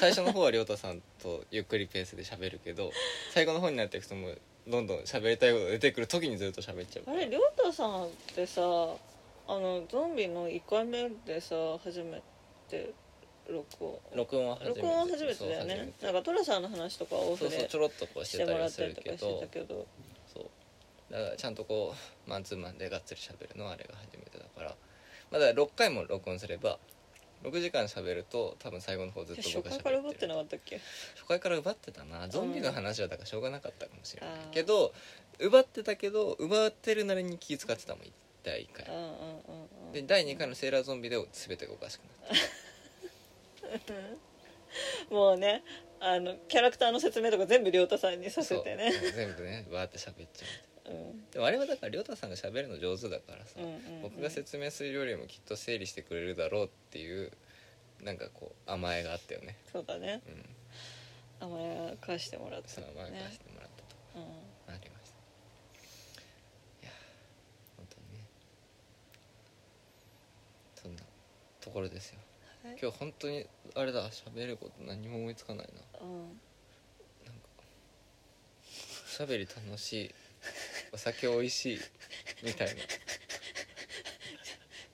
A: 最初の方は亮太さんとゆっくりペースで喋るけど最後の方になっていくともうどんどん喋りたいことが出てくる時にずっと喋っちゃうか
B: あ
A: ら
B: れ亮太さんってさあのゾンビの1回目でさ初めて録音
A: 録音は初めて
B: 録音は初めてだよね
A: そ
B: な
A: うん
B: か寅さんの話とかオ
A: 初めてそう
B: フ
A: そう
B: で
A: ちょろっとこうし
B: してて
A: た
B: も
A: り
B: ら
A: は
B: っ
A: す
B: たり
A: る
B: とか
A: け
B: して
A: ど
B: たけど
A: そうだからちゃんとこうマンツーマンでがっつり喋るのはあれが初めてだからまあだから6回も録音すれば6時間喋ると多分最後の方ずっと
B: 初
A: 僕が
B: 回から奪
A: 喋っ
B: っ
A: ててる
B: なかったっけ
A: 初回から奪ってたなゾンビの話はだからしょうがなかったかもしれない
B: あー
A: けど奪ってたけど奪ってるなりに気使ってたもん第1
B: うん
A: 回
B: うんうんうん
A: で第2回のセーラーゾンビで全てがおかしくなった
B: もうねあのキャラクターの説明とか全部亮太さんにさせてね
A: そう全部ねわーって喋っちゃ
B: うん
A: うでもあれはだから亮太さんが喋るの上手だからさ、
B: うんうんうん
A: 僕が説明するよりもきっと整理してくれるだろうっていうなんかこう甘えがあったよね
B: そうだね
A: うん
B: 甘やかしてもらって
A: その甘えかしてもらったと
B: うん
A: ありましたいやー本当にねそんなところですよ
B: はい
A: 今日本当にあれだ喋ること何も思いつかないな
B: うん
A: なんか喋り楽しいお酒おいしいみたいな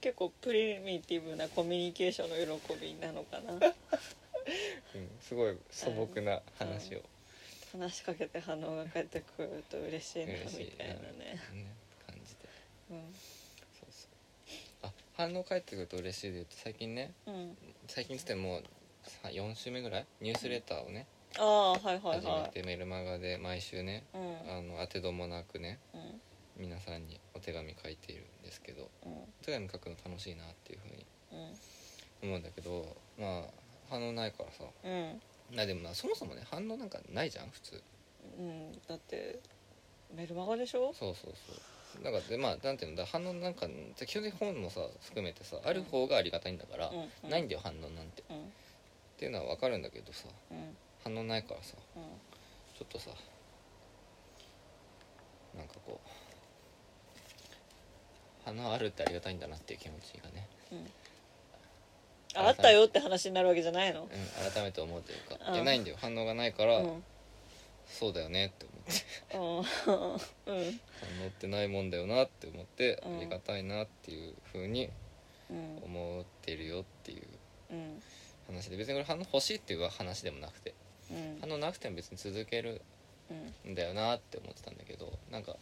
B: 結構プリミティブなコミュニケーションの喜びなのかな
A: うん、すごい素朴な話を、
B: 話しかけて反応が返ってくると嬉しいな
A: 嬉しい
B: みたいなね
A: ね、感じて
B: う
A: そうそうあ反応返ってくると嬉しいで言うと最近ね
B: ん、うん、
A: 最近つってもさ4週目ぐらいニュースレターをね
B: ああはいはい
A: 始め
B: は
A: てメルマガで毎週ね
B: いうん
A: あの当てどもなくね
B: うん
A: 皆さんにお手紙書いているんですけど
B: うん
A: お手紙書くの楽しいなっていうふうに
B: うん
A: 思うんだけどまあ反応ないからさ
B: うん
A: なでもなそもそもね反応なんかないじゃん普通
B: うんだってメルマガでしょ
A: そうそうそうなんかでまあなんていうんだ反応なんか基本的に本もさ含めてさある方がありがたいんだから、
B: うんうん
A: ないんだよ反応なんてっ
B: うん
A: ていうのは分かるんだけどさ
B: うん
A: 反応ないからさ
B: うん
A: ちょっとさなんかこう花あるってありがたいんだなっていう気持ちがね、
B: うんああったよって話になるわけじゃないの
A: うん、改めて思うというか
B: うん
A: いやないんだよ反応がないか
B: う
A: ら、
B: んうん
A: そうだよねって思って
B: う
A: 反
B: ん
A: 応ってないもんだよなって思って、
B: うん
A: ありがたいなっていうふうに
B: うん
A: 思ってるよっていう
B: うん
A: 話で別にこれ反応欲しいっていう話でもなくて
B: うん
A: 反応なくても別に続ける
B: うん
A: んだよなって思ってたんだけどなんか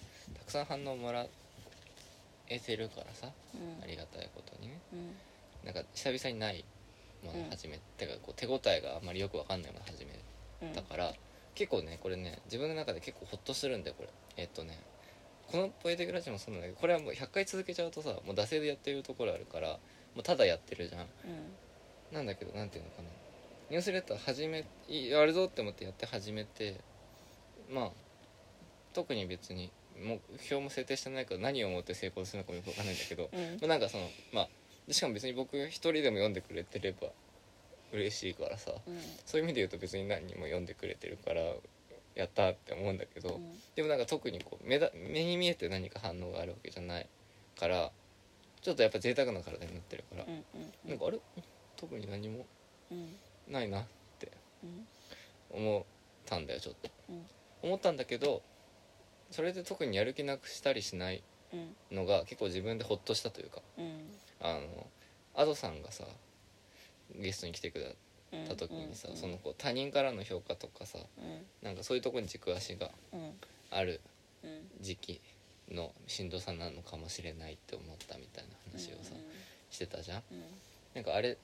A: たくさん反応もらえてるからさ
B: うん
A: ありがたいことにね
B: うん
A: なんか久々にないものを始めて、かこう手応えがあんまりよくわかんないものを始め
B: うん
A: たから、結構ねこれね自分の中で結構ホッとするんだよこれえっとねこの「ポエティックラジオ」もそうなんだけどこれはもう100回続けちゃうとさもう惰性でやってるところあるからもうただやってるじゃん
B: うん
A: なんだけどなんていうのかなニュースレター始めいやるぞって思ってやって始めてまあ特に別に目標も設定してないから何を思って成功するのかもよくわかんないんだけど
B: うん
A: まあなんかそのまあでしかも別に僕一人でも読んでくれてれば嬉しいからさ
B: うん
A: そういう意味で言うと別に何人も読んでくれてるからやったって思うんだけど、
B: うん
A: でもなんか特にこう目だ目に見えて何か反応があるわけじゃないからちょっとやっぱ贅沢な体になってるから、
B: うんうん
A: なんかあれ特に何も
B: うん
A: ないなって
B: うん
A: 思ったんだよちょっと
B: うん
A: 思ったんだけどそれで特にやる気なくしたりしない
B: うん
A: のが結構自分でホッとしたというか
B: うん
A: あのアドさんがさゲストに来てくれ
B: うん
A: た時にさ、
B: うん
A: そのこう他人からの評価とかさ
B: うん
A: なんかそういうとこに軸足が
B: うん
A: ある
B: うん
A: 時期のしんどさなのかもしれないって思ったみたいな話をさしてたじゃん
B: うん
A: なんかあれ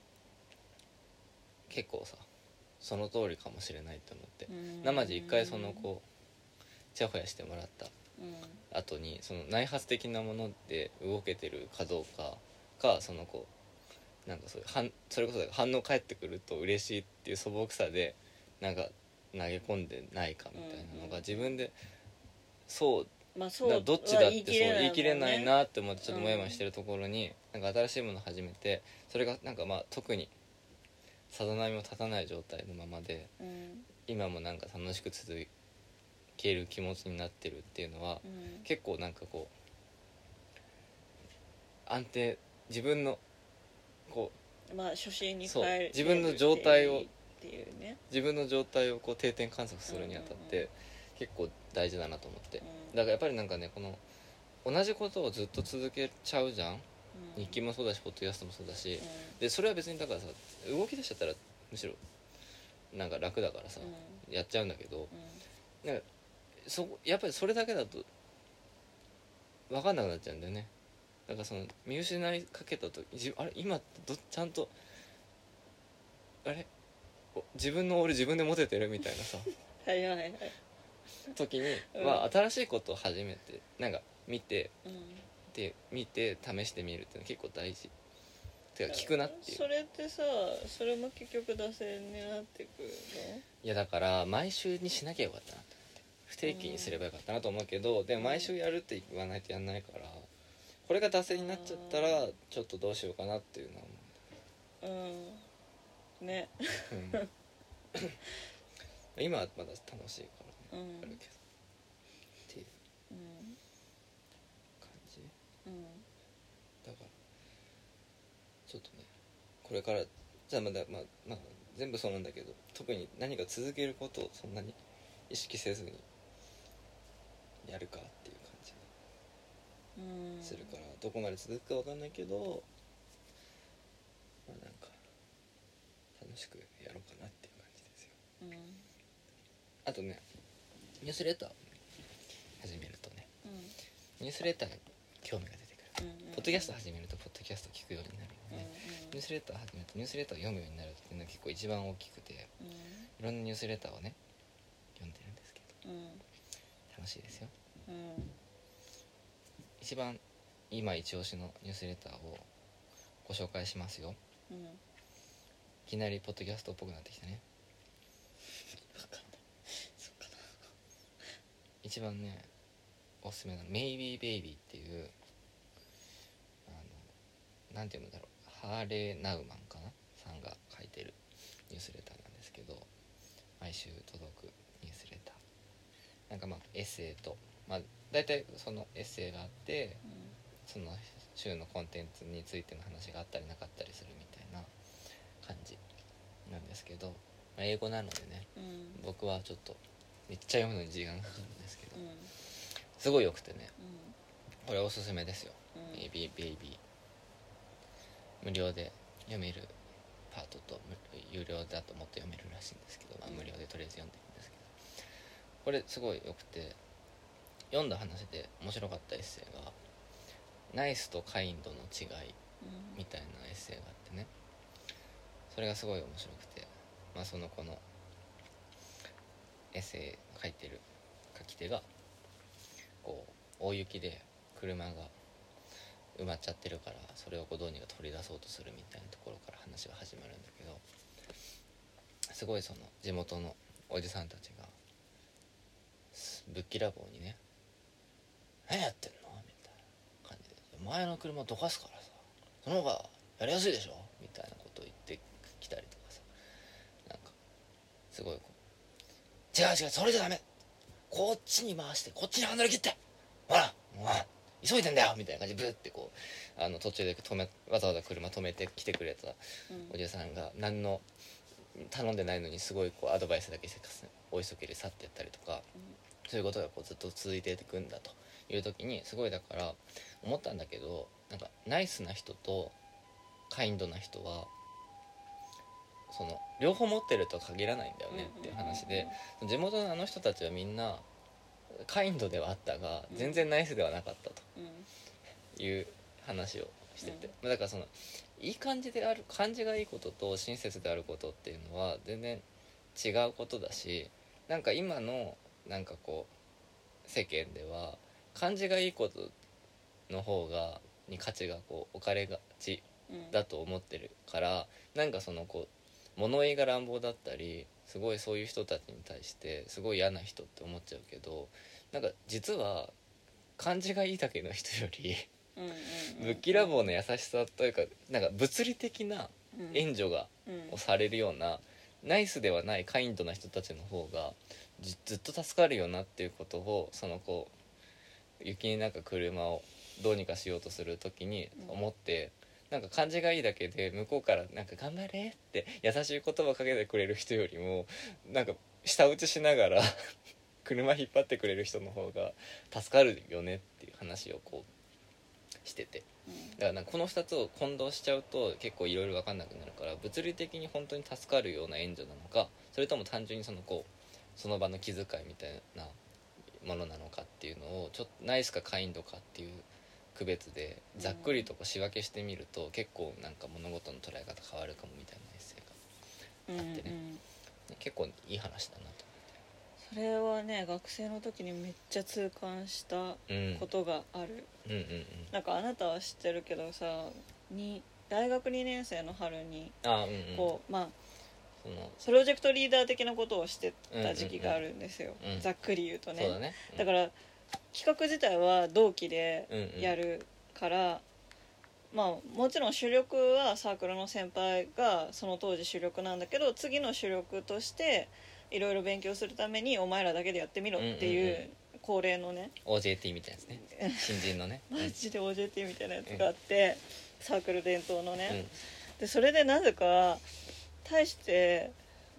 A: 結構さその通りかもしれないって思って
B: うん
A: 生地一回そのこうちやほやしてもらった
B: うん
A: 後にその内発的なもので動けてるかどうかかそのこうなんかそういう反それこそだから反応返ってくると嬉しいっていう素朴さでなんか投げ込んでないかみたいなの
B: うんうん
A: が自分でそう
B: まあ
A: だ
B: そう
A: からどっちだってそう
B: 言
A: 言
B: い
A: い
B: 切れない
A: 切れな
B: もんね
A: いなって思ってちょっとモヤモヤしてるところに、なんか新しいものを始めてそれがなんかまあ特にさざ波も立たない状態のままで
B: うん
A: 今もなんか楽しく続ける気持ちになってるっていうのは
B: うん
A: 結構なんかこう安定自分のこう
B: まあ初心に帰
A: そう
B: る
A: 自分の状態を
B: っていうね、
A: 自分の状態をこう定点観測するにあたっ
B: うん
A: て結構大事だなと思って
B: うん
A: だからやっぱりなんかねこの同じことをずっと続けちゃうじゃん日記
B: も、
A: もそうだしポッドキャストもそうだし
B: うん
A: でそれは別にだからさ動き出しちゃったらむしろなんか楽だからさ
B: うん
A: やっちゃうんだけど
B: うん
A: そこやっぱりそれだけだと分かんなくなっちゃうんだよねだからその見失いかけた時じあれ今ってどちゃんとあれお自分の俺自分で持ててるみたいな さ
B: はいはいはい、
A: 時に、
B: うん
A: まあ、新しいことを初めてなんか見て
B: うん、
A: で見て試してみるっていうの結構大事てか聞くなっていう
B: それってさそれも結局打線になってくる
A: いやだから毎週にしなきゃよかったなと思って不定期にすればよかったなと思うけど、でも毎週やるって言わないとやんないからこれが惰性になっちゃったら
B: う
A: ちょっとどうしようかなっていうのは
B: のうんね
A: 思う、うん今はまだ楽しいからね
B: う
A: あ
B: ん
A: るけどっていう
B: うん
A: 感じ
B: うん
A: だからちょっとねこれからじゃあまだまあまあ全部そうなんだけど特に何か続けることをそんなに意識せずにやるかっていう感じが
B: うん
A: するからどこまで続くかわかんないけどまあなんか楽しくやろうかなっていう感じですよ
B: うんうん
A: あとねニュースレター始めるとねニュースレターに興味が出てくる
B: うん
A: ポッドキャスト始めるとポッドキャスト聞くようにな
B: う
A: るよ
B: んうん
A: ねニュースレター始めるとニュースレターを読むようになるっていうのが結構一番大きくていろんなニュースレターをね読んでるんですけど
B: うん
A: 楽しいですよ
B: うん
A: 一番今一押しのニュースレターをご紹介しますよ
B: うん
A: いきなりポッドキャストっぽくなってきたね
B: 分かんないそっかな
A: 一番ねおすすめなの「Maybe Baby」っていうあのなんて読むんだろうハーレー・ナウマンかなさんが書いてるニュースレターなんですけど毎週届くニュースレターなんかまあエッセイとまあ大体そのエッセイがあってその週のコンテンツについての話があったりなかったりするみたいな感じなんですけど、まあ英語なのでね
B: うんうん
A: 僕はちょっとめっちゃ読むのに時間がかかるんですけど
B: うん
A: すごい良くてねこれおすすめですよ「
B: うん
A: ベイビーベイビー」無料で読めるパートとむ有料だともっと読めるらしいんですけど、まあ、
B: うん
A: 無料でとりあえず読んでるんですけどこれすごい良くて読んだ話で面白かったエッセイが「ナイスとカインドの違い」
B: うん
A: みたいなエッセイがあってねそれがすごい面白くてまあそのこのエッセイ書いてる書き手がこう大雪で車が埋まっちゃってるからそれをこうどうにか取り出そうとするみたいなところから話が始まるんだけどすごいその地元のおじさんたちがすぶっきらぼうにね「何やってんの?」みたいな感じで「前の車どかすからさその方がやりやすいでしょ」みたいなことを言ってきたりとかさなんかすごいこう「違う違うそれじゃダメこっちに回してこっちにハンドル切ってほらもう急いでんだよ」みたいな感じでブッてこうあの途中で止めわざわざ車止めて来てくれた
B: うん
A: おじさんが何の頼んでないのにすごいこうアドバイスだけせかすお急ぎで去ってったりとかそういうことがこうずっと続いていくんだという時にすごいだから思ったんだけどなんかナイスな人とカインドな人はその両方持ってるとは限らないんだよねっていう話で地元のあの人たちはみんなカインドではあったが全然ナイスではなかったと。
B: うん
A: いう話をしてて、
B: うん
A: まあだからそのいい感じである感じがいいことと親切であることっていうのは全然違うことだしなんか今のなんかこう世間では感じがいいことの方がに価値がこう置かれがち
B: うん
A: だと思ってるからなんかそのこう物言いが乱暴だったりすごいそういう人たちに対してすごい嫌な人って思っちゃうけどなんか実は感じがいいだけの人より
B: うんうんうん
A: ぶっきらぼうの優しさというかなんか物理的な
B: うん
A: 援助が
B: うん
A: をされるようなナイスではないカインドな人たちの方がずずっと助かるよなっていうことをそのこう雪になんか車をどうにかしようとする時に思って、なんか感じがいいだけで向こうから「なんか頑張れ」って優しい言葉かけてくれる人よりもなんか舌打ちしながら 車引っ張ってくれる人の方が助かるよねっていう話をこうしてて。だからなんかこの2つを混同しちゃうと結構いろいろ分かんなくなるから物理的に本当に助かるような援助なのかそれとも単純にそのこうその場の気遣いみたいなものなのかっていうのをちょっとナイスかカインドかっていう区別でざっくりとこう仕分けしてみると結構なんか物事の捉え方変わるかもみたいなエッセイ
B: うん
A: あってね
B: うん
A: が結構いい話だなと
B: それはね学生の時にめっちゃ痛感した
A: うんうん
B: ことがある、
A: うんうん
B: なんかあなたは知ってるけどさに大学2年生の春に
A: あうんうん
B: こう、まあ
A: その
B: プロジェクトリーダー的なことをしてた時期があるんですよ、
A: うんうんうん
B: ざっくり言うとね
A: そうだね
B: だから企画自体は同期で
A: うんうん
B: やるから、まあもちろん主力はサークルの先輩がその当時主力なんだけど次の主力としていろいろ勉強するためにお前らだけでやってみろってい
A: うんうんう
B: う恒例のね
A: OJT みたいなやつね新人のね
B: マジで OJT みたいなやつがあってサークル伝統のね、
A: うん
B: でそれでなぜか大して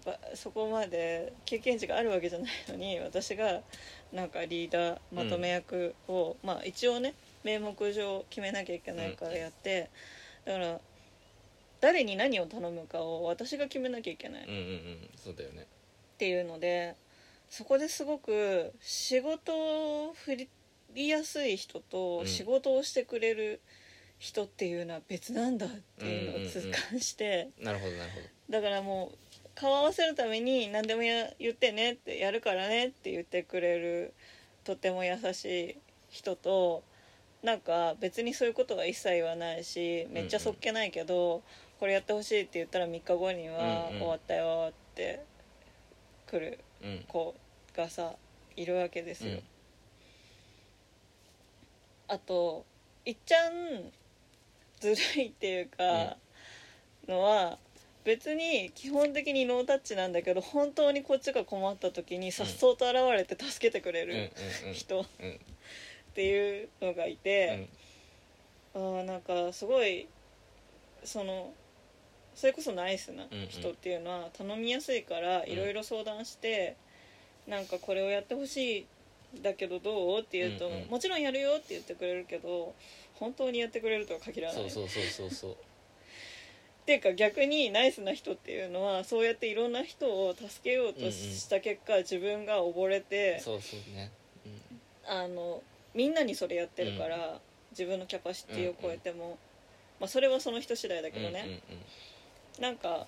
B: ばそこまで経験値があるわけじゃないのに私がなんかリーダーまとめ役を、まあ一応ね名目上決めなきゃいけないからやって、だから誰に何を頼むかを私が決めなきゃいけない
A: うんうんうんそうだよね
B: っていうのでそこですごく仕事を振りやすい人
A: う
B: と
A: ん
B: 仕事をしてくれる人っていうのは別なんだっていうのを痛感して。
A: なるほどなるほど
B: だからもう顔合わせるために何でもや言ってねってやるからねって言ってくれるとても優しい人となんか別にそういうことは一切言わないしめっちゃそっけないけど、これやってほしいって言ったら3日後には
A: うんうん
B: 終わったよって来る
A: うん
B: 子がさいるわけですよ。
A: うん
B: あといっちゃんずるいっていうか、のは別に基本的にノータッチなんだけど本当にこっちが困った時にさっそうと現れて助けてくれ
A: うんうん
B: る
A: うん
B: 人っ
A: うん
B: ていうのがいて、あーなんかすごいそのそれこそナイスな人っていうのは頼みやすいから
A: ん
B: いろいろ相談して、なんかこれをやってほしいんだけどどうって言うと、
A: うんうん
B: もちろんやるよって言ってくれるけど本当にやってくれるとは限らない
A: そうそうそうそうそう
B: っていうか逆にナイスな人っていうのはそうやっていろんな人を助けようとした結果、自分が溺れて
A: そうそうね、うん、
B: あのみんなにそれやってるから、自分のキャパシティを超えても、まあ、それはその人次第だけ
A: うん
B: ど
A: うん
B: ね、
A: うん、
B: なんか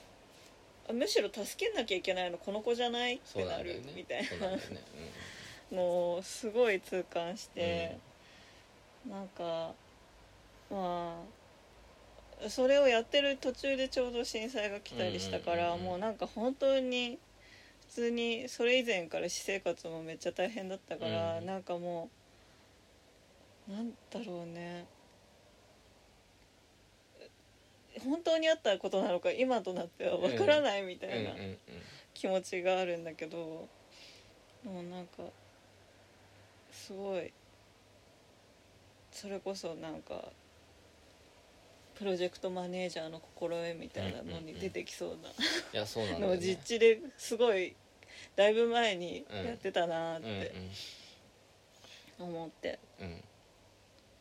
B: むしろ助けなきゃいけないのこの子じゃないっ
A: そ
B: て
A: うな
B: なん
A: だよ
B: る
A: ね
B: みたい
A: そう
B: なん
A: だよね、
B: のをすごい痛感して、なんかまあそれをやってる途中でちょうど震災が来たりしたか
A: うんうん
B: ら、
A: うんうん
B: もうなんか本当に普通にそれ以前から私生活もめっちゃ大変だったから、
A: うん
B: なんかもうなんだろうね本当にあったことなのか今となってはわからないみた
A: うん
B: い
A: うん
B: な
A: うんうん
B: 気持ちがあるんだけどもうなんかすごいそれこそなんかプロジェクトマネージャーの心得みたいなのに出てきそう
A: いやそうなん
B: な
A: だよ
B: のを
A: ね
B: 実地ですごいだいぶ前にやってたなーっ
A: うんうん
B: て思って、
A: うん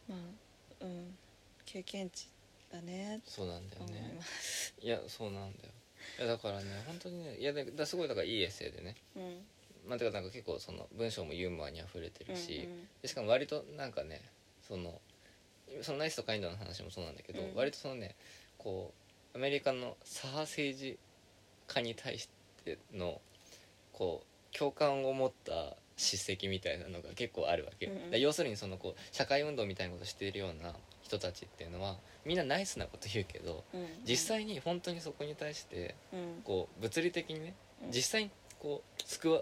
B: まあうん経験値だね
A: そうなんだ
B: と
A: よ
B: 思い
A: ね
B: ます。
A: いやそうなんだよいやだからね本当にねいやだだすごいだからいいエッセイでね
B: うん
A: まあてかなんか結構その文章もユーモアにあふれて
B: う
A: る
B: ん
A: し、でしかも割となんかねそのそのナイスとカインドの話もそうなんだけど、
B: うん
A: 割とそのねこうアメリカの左派政治家に対してのこう共感を持った叱責みたいなのが結構あるわけ、
B: うんうん
A: だ要するにそのこう社会運動みたいなことしているような人たちっていうのはみんなナイスなこと言うけど
B: うんうん
A: 実際に本当にそこに対して
B: うん
A: こう物理的にね
B: うん
A: 実際にこう救わ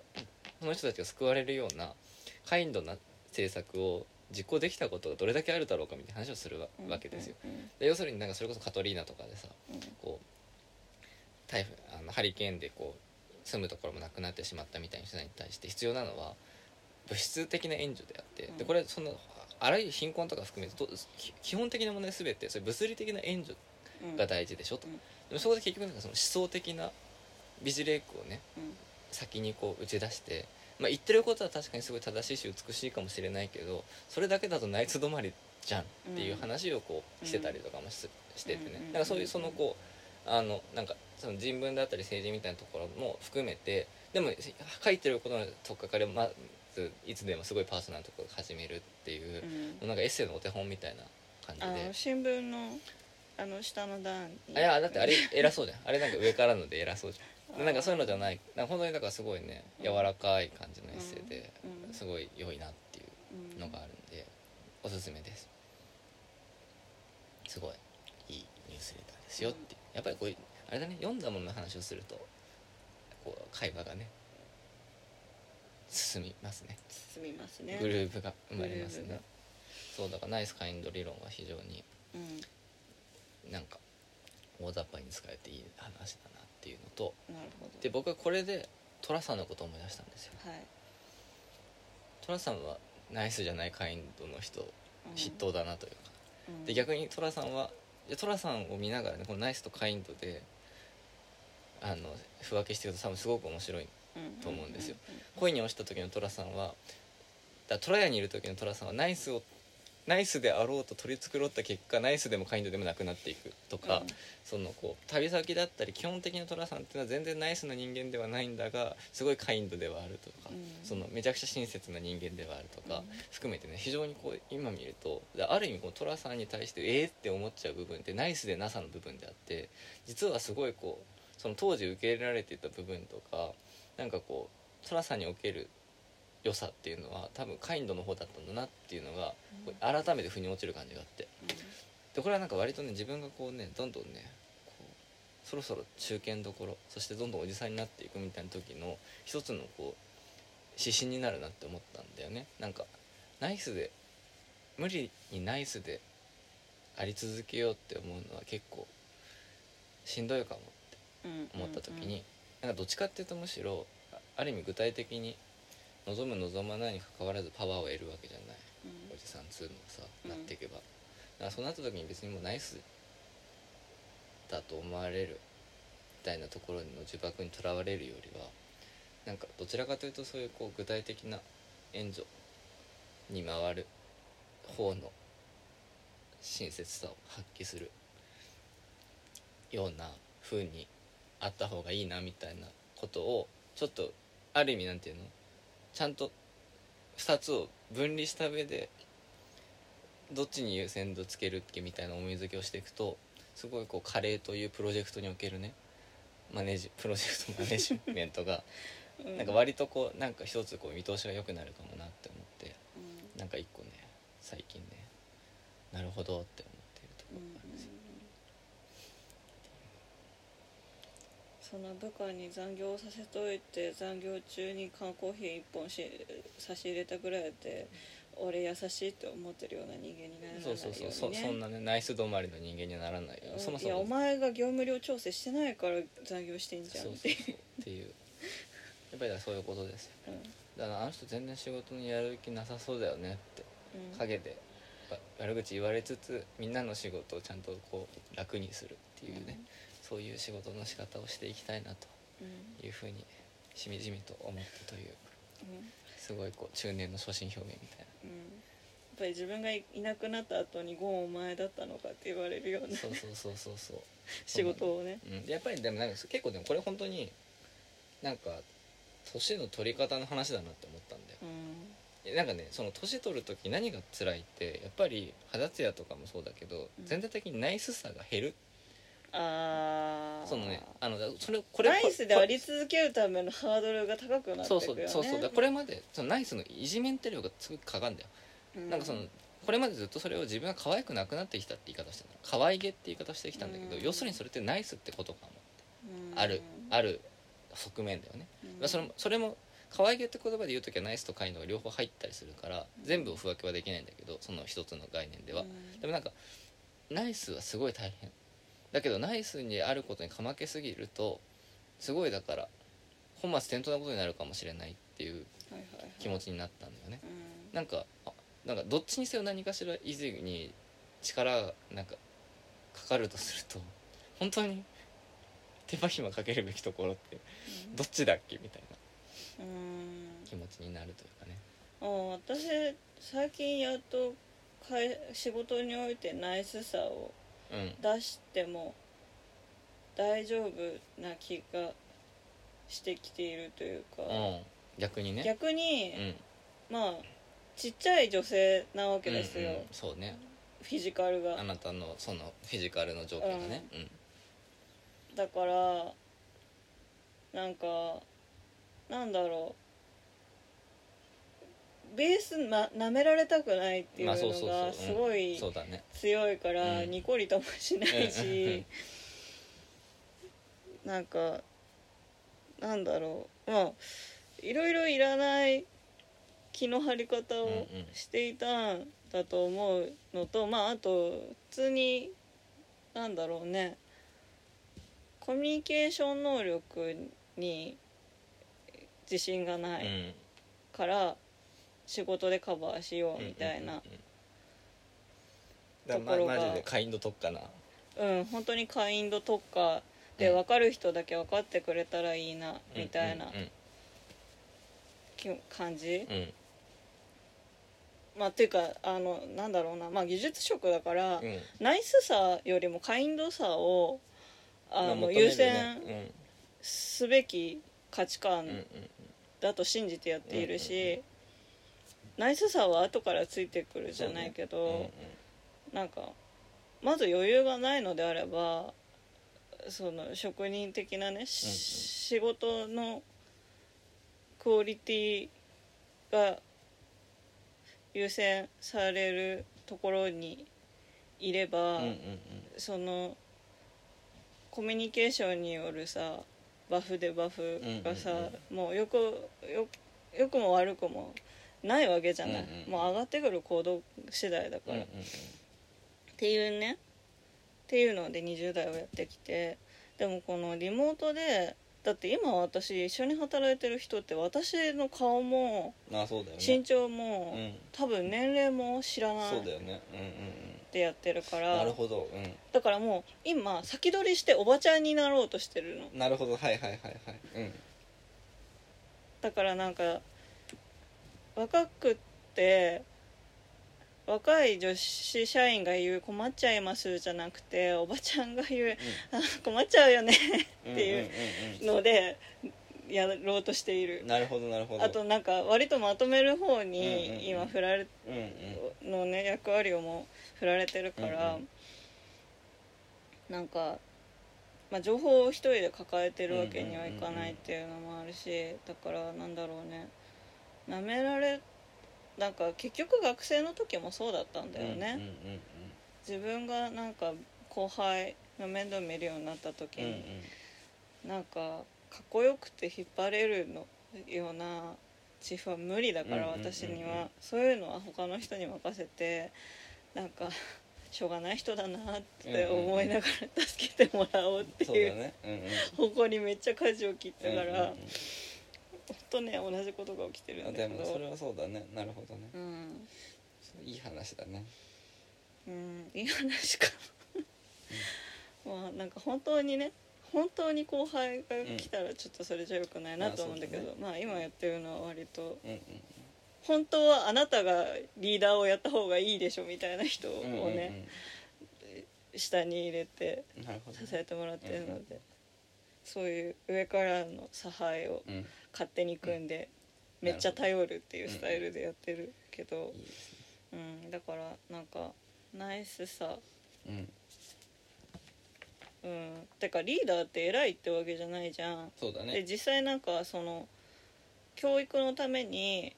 A: その人たちが救われるようなカインドな政策を実行できたことがどれだけあるだろうかみたいな話をするわわけですよ。
B: うん
A: で要するになんかそれこそカトリーナとかでさ
B: うん
A: こう台風あのハリケーンでこう住むところもなくなってしまったみたいな人に対して必要なのは物質的な援助であってでこれそのあらゆる貧困とか含めてとき基本的な問題全てそれ物理的な援助
B: うん
A: が大事でしょと、
B: うん
A: でもそこで結局なんかその思想的な美辞麗句をね
B: うん
A: 先にこう打ち出して、まあ、言ってることは確かにすごい正しいし美しいかもしれないけどそれだけだとナイツ止まりじゃんっていう話をこうしてたりとかもし,、しててね
B: うん
A: だからそういうそのこうあのなんかその人文だったり政治みたいなところも含めてでも書いてることのとっかかりをまずいつでもすごいパーソナルなところから始めるっていう
B: う、ん
A: なんかエッセイのお手本みたいな感
B: あ
A: じ
B: の
A: で。
B: 新聞のあの下の段に
A: あいやだってあれ偉そうじゃんあれなんか上からので偉そうじゃ
B: あー
A: んなんかそういうのじゃないなんか本当にだからすごいね柔らかい感じのエッセイで
B: うんうん
A: すごい良いなっていう
B: うん
A: のがあるんでおすすめですすごいいいニュースレターですよってやっぱりこういうあれだね読んだものの話をするとこう会話がね進みますね
B: 進みますね
A: グループが生まれます
B: グルー
A: ね
B: ヴが
A: そうだからナイスカインド理論は非常に
B: うん
A: なんか大雑把に使えていい話だなっていうのと
B: なるほど
A: で僕はこれで寅さんのことを思い出したんですよ
B: はい
A: 寅さんはナイスじゃないカインドの人
B: うん
A: 筆頭だなというか
B: うん
A: で逆に寅さんはいや寅さんを見ながらねこのナイスとカインドであのふ分けしていくと多分すごく面白いと思うんですよ恋に落ちた時の寅さんはだトラヤにいる時の寅さんはナイスをナイスであろうと取り繕った結果ナイスでもカインドでもなくなっていくと
B: うんうん
A: か、そのこう旅先だったり基本的な寅さんっていうのは全然ナイスな人間ではないんだがすごいカインドではあるとか、
B: うん
A: そのめちゃくちゃ親切な人間ではあるとか、
B: うん
A: 含めてね非常にこう今見るとである意味こう寅さんに対してええって思っちゃう部分ってナイスでなさの部分であって実はすごいこうその当時受け入れられていた部分とかなんかこう寅さんにおける良さっていうのは多分カインドの方だったんだなっていうのがこう改めて腑に落ちる感じがあって。でこれはなんか割とね自分がこうねどんどんねこうそろそろ中堅どころそしてどんどんおじさんになっていくみたいな時の一つのこう指針になるなって思ったんだよねなんかナイスで無理にナイスであり続けようって思うのは結構しんどいかもって
B: うん
A: 思った時に、
B: うん
A: なんかどっちかっていうとむしろあある意味具体的に望む望まないにかかわらずパワーを得るわけじゃない
B: うん
A: おじさんっつうのがさ
B: うん
A: なっていけば、だからそうなった時に別にもうナイスだと思われるみたいなところの呪縛にとらわれるよりはなんかどちらかというとそういうこう具体的な援助に回る方の親切さを発揮するような風にあった方がいいなみたいなことをちょっとある意味なんていうのちゃんと2つを分離した上でどっちに優先度つけるっけみたいな思い付けをしていくとすごいこうカレーというプロジェクトにおけるねマネージ プロジェクトマネジメントが
B: うん
A: なんか割とこうなんか一つこう見通しが良くなるかもなって思って
B: うん
A: なんか一個ね最近ねなるほどって思っているとこ
B: う
A: ろ
B: んうん
A: があるんですよ
B: その部下に残業させといて残業中に缶コーヒー一本し差し入れたぐらいで俺優しいって思ってるような人間にならないよう
A: そう
B: にね
A: そうそうそそんなねナイス止まりの人間にならないよ
B: うん
A: そもそ
B: いやお
A: も
B: 前が業務量調整してないから残業してんじゃん
A: そう
B: っ
A: そうそう
B: ていう
A: っていうやっぱりだからそういうことですよ
B: うん
A: だからあの人全然仕事にやる気なさそうだよねって陰でわ悪口言われつつみんなの仕事をちゃんとこう楽にするっていうね、そういう仕事の仕方をしていきたいなと
B: うん
A: いうふうにしみじみと思ったという
B: うん
A: すごいこう中年の初心表明みたい
B: うんやっぱり自分がいいなくなった後に「ゴンお前だったのか」って言われるよう
A: な
B: な
A: そうそうそうそうそう
B: 仕事をね
A: うん、やっぱりでもなんか結構でもこれ本当になんか年の取り方の話だなって思ったんだよ
B: うん
A: えなんかねその年取る時何が辛いってやっぱり肌ツヤとかもそうだけど、
B: うん
A: 全体的にナイスさが減る
B: ああ
A: そのねあのそれこれ
B: ナイスであり
A: こ
B: 続けるためのハードルが高くなって
A: そう
B: く
A: そ
B: よ
A: う
B: ね
A: そうそうだこれまでそのナイスのいじめんって量がすごくかかんだよ、
B: うん
A: なんかそのこれまでずっとそれを自分が可愛くなくなってきたって言い方をしてたの可愛げって言い方をしてきたんだけど、
B: うん
A: 要するにそれってナイスってことかも、
B: うん
A: あるある側面だよね、
B: うん
A: まあ、それもそれも可愛げって言葉で言う時はナイスとカインドが両方入ったりするから全部を不分けはできないんだけどその一つの概念では、
B: うん
A: でもなんかナイスはすごい大変だけどナイスにあることにかまけすぎるとすごいだから本末転倒なことになるかもしれないっていう
B: はいはいはい
A: 気持ちになったんだよね
B: うん
A: なんかあなんかどっちにせよ何かしら以前に力がなんかかかるとすると 本当に手間暇かけるべきところってどっちだっけみたいな
B: うん
A: 気持ちになるというかね
B: あ私最近やっとかい仕事においてナイスさを
A: うん
B: 出しても大丈夫な気がしてきているというか、
A: うん逆にね
B: 逆に、
A: うん
B: まあちっちゃい女性なわけですよ、
A: うんうんそうね
B: フィジカルが
A: あなたのそのフィジカルの条件がねうん
B: だからなんかなんだろうベースな舐められたくないっていう
A: ま
B: の
A: あそうそうそうう
B: が
A: ん
B: すごい
A: そうだね
B: 強いから
A: うん
B: ニコリともしない
A: うん
B: しなんかなんだろうまあいろいろいらない気の張り方
A: うん
B: をしていたんだと思うのとまああと普通になんだろうねコミュニケーション能力に自信がな
A: うんう
B: い
A: ん
B: から仕事でカバーしようみたいな
A: うんうんうんだから
B: ところ
A: ま
B: が
A: マジでカインド特化な
B: うん本当にカインド特化で分かる人だけ分かってくれたらいいなみたいな
A: うん
B: き感じ
A: うんうん
B: まあっていうかあのなんだろうなまあ技術職だから
A: うん
B: ナイスさよりもカインドさを
A: ま
B: あ
A: 求める
B: の
A: ね
B: 優先
A: うん
B: すべき価値観
A: うんうん
B: だと信じてやっている
A: うんうん
B: し、ナイスさは後からついてくるじゃないけ
A: う
B: ど、
A: んうん
B: なんかまず余裕がないのであればその職人的なね、し
A: うんうん
B: 仕事のクオリティが優先されるところにいれば、
A: うんうんうん
B: そのコミュニケーションによるさバフでバフがさ、
A: うんうん
B: もうよくよよくも悪くもないわけじゃない、
A: うんうん
B: もう上がってくる行動次第だか
A: うん
B: ら、
A: うんう
B: っ
A: ん
B: ていうねっていうので20代をやってきてでもこのリモートでだって今私一緒に働いてる人って私の顔も
A: まあそうだよね
B: 身長も、
A: うん
B: 多分年齢も知らない
A: そうだ
B: っ
A: よねうんうん
B: てやってるか
A: うん
B: ら
A: なるほどう
B: だからもう今先取りしておばちゃんになろうとしてるの
A: んなるほどはいはいはいはいうん
B: だからなんか若くって若い女子社員が言う「困っちゃいます」じゃなくておばちゃんが言う「あ困っちゃうよねっていう
A: うんうん」うん
B: のでやろうとしてい
A: うん
B: る
A: なるほどなるほど
B: あとなんか割とまとめる方
A: うんうんうん
B: に今振られ
A: うんうん
B: のね役割をもう振られてるから、
A: うんうん
B: なんか、まあ、情報を一人で抱えてるわけにはいかないっていうのもあるし、だからなんだろうねなめられなんか結局学生の時もそうだったんだよね、
A: うんうんうん
B: 自分がなんか後輩の面倒見るようになった時
A: うんうん
B: に、なんかかっこよくて引っ張れるのようなチーフは無理だから
A: うんうんうんうん
B: 私にはそういうのは他の人に任せてなんかしょうがない人だなって思いながら助けてもらおうって
A: そう
B: い
A: だ
B: う
A: ねうんうん
B: 方向にめっちゃ舵を切ったか
A: うん
B: ら
A: うん
B: ほんとね同じことが起きてる
A: うんん
B: だ
A: で
B: け
A: もそ
B: ど
A: れはそうだねなるほどね
B: うん
A: いい話だね
B: うんいい話かまあなんか本当にね本当に後輩が来たらちょっとそれじゃよくないなと思うんだけ
A: まあ
B: ど、
A: そ
B: まあ今やってるのは割と
A: うんうん
B: 本当はあなたがリーダーをやった方がいいでしょみたいな人を
A: う
B: ね、
A: んうんうん
B: 下に入れて
A: なるほど
B: 支えてもらってるので、そういう上からの差配を
A: うん
B: 勝手に組んで、めっちゃ頼るっていうスタイルでやってるけど
A: いい、ですね
B: うんだからなんかナイスさ、
A: うん
B: うん、てかリーダーって偉いってわけじゃないじゃん。
A: そうだ
B: で
A: ね
B: 実際なんかその教育のために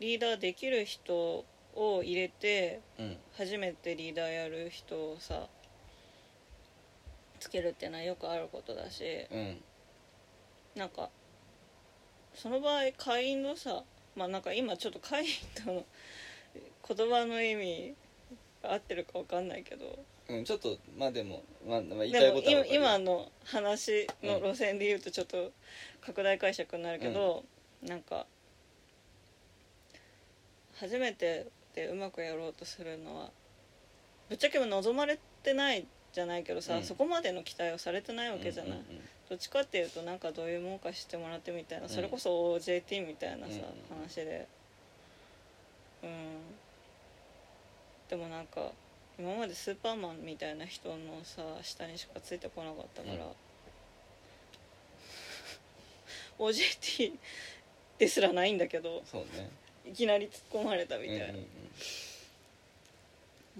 B: リーダーできる人を入れて
A: うん
B: 初めてリーダーやる人をさつけるっていうのはよくあることだし
A: うん
B: なんかその場合会員のさまあなんか今ちょっと会員との言葉の意味が合ってるかわかんないけど
A: うんちょっとまあでもまあまあ言いた
B: で
A: い
B: も
A: ことはわ
B: 今
A: かる
B: 今の話の路線で言うとちょっと拡大解釈になるけど、なんか初めてでてうまくやろうとするのはぶっちゃけ望まれてないじゃないけどさ、
A: うん
B: そこまでの期待をされてないわけじゃない、
A: うんうんうん
B: どっちかっていうとなんかどういうもんか知ってもらってみたいな、
A: ん
B: それこそ OJT みたいなさ、
A: うん
B: 話でうんでもなんか今までスーパーマンみたいな人のさ下にしかついてこなかったから、OJT ですらないんだけど
A: そうね
B: いきなり突っ込まれたみたいな
A: うんうんう